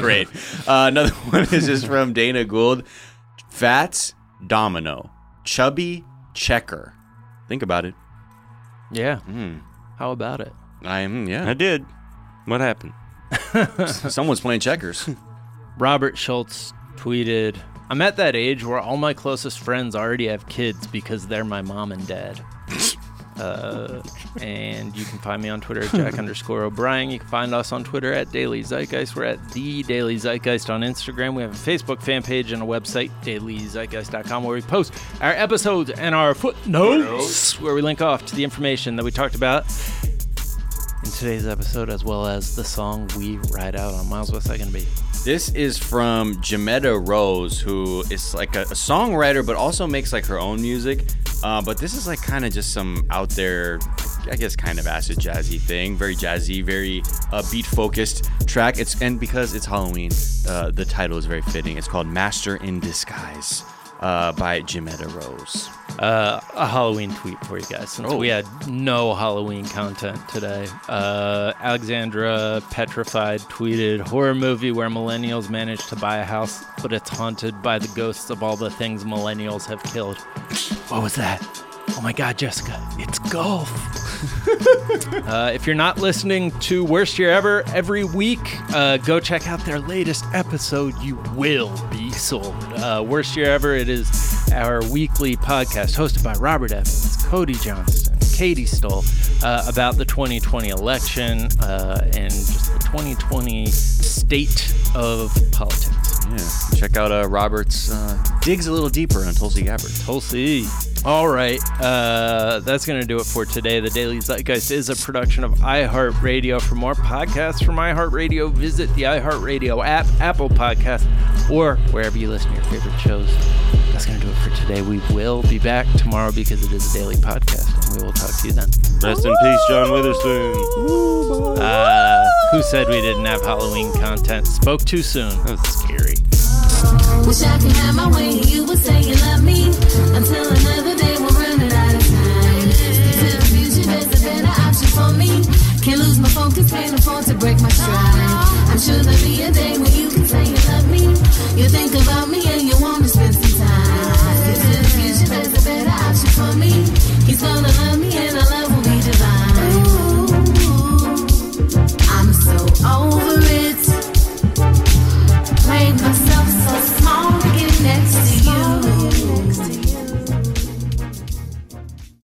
S2: (laughs) Great. Uh, another (laughs) one is just from Dana Gould. Fats Domino. Chubby Checker. Think about it.
S1: Yeah. Hmm.
S2: Mm.
S1: How about it?
S2: I am,
S3: I
S2: yeah.
S3: did. What happened?
S2: Someone's playing checkers.
S1: Robert Schultz tweeted, I'm at that age where all my closest friends already have kids because they're my mom and dad. Uh, and you can find me on Twitter at Jack underscore O'Brien. You can find us on Twitter at Daily Zeitgeist. We're at The Daily Zeitgeist on Instagram. We have a Facebook fan page and a website, dailyzeitgeist.com, where we post our episodes and our footnotes, where we link off to the information that we talked about in today's episode, as well as the song we ride out on. Miles, what's that going to be?
S2: This is from Jametta Rose, who is like a, a songwriter, but also makes like her own music. Uh, but this is like kind of just some out there, I guess, kind of acid jazzy thing. Very jazzy, very uh, beat focused track. It's and because it's Halloween, uh, the title is very fitting. It's called "Master in Disguise" uh, by Jametta Rose.
S1: uh, a Halloween tweet for you guys since we had no Halloween content today. Uh, Alexandra Petrified tweeted horror movie where millennials manage to buy a house, but it's haunted by the ghosts of all the things millennials have killed. What was that? Oh my God, Jessica! It's golf. Uh, if you're not listening to Worst Year Ever every week, uh, go check out their latest episode. You will be sold. Uh, Worst Year Ever, it is our weekly podcast hosted by Robert Evans, Cody Johnston, Katie Stoll, uh, about the 2020 election uh, and just the 2020 state of politics.
S2: Yeah. Check out uh, Robert's uh, digs a little deeper on Tulsi Gabbard.
S1: Tulsi. All right, uh, that's going to do it for today. The Daily Zeitgeist is a production of iHeartRadio. For more podcasts from iHeartRadio, visit the iHeartRadio app, Apple Podcast, or wherever you listen to your favorite shows. That's going to do it for today. We will be back tomorrow because it is a daily podcast, and we will talk to you then.
S3: Rest in peace, John Witherspoon.
S1: Uh, who said we didn't have Halloween content? Spoke too soon.
S3: That was scary.
S5: Wish I could have my way. You would say you love me until another day we're running out of time. To the future, there's a better option for me. Can't lose my focus, can't afford to break my stride. I'm sure there'll be a day when you can say you love me. You think about me and you wanna spend some time. To the future, there's a better option for me. He's gonna love me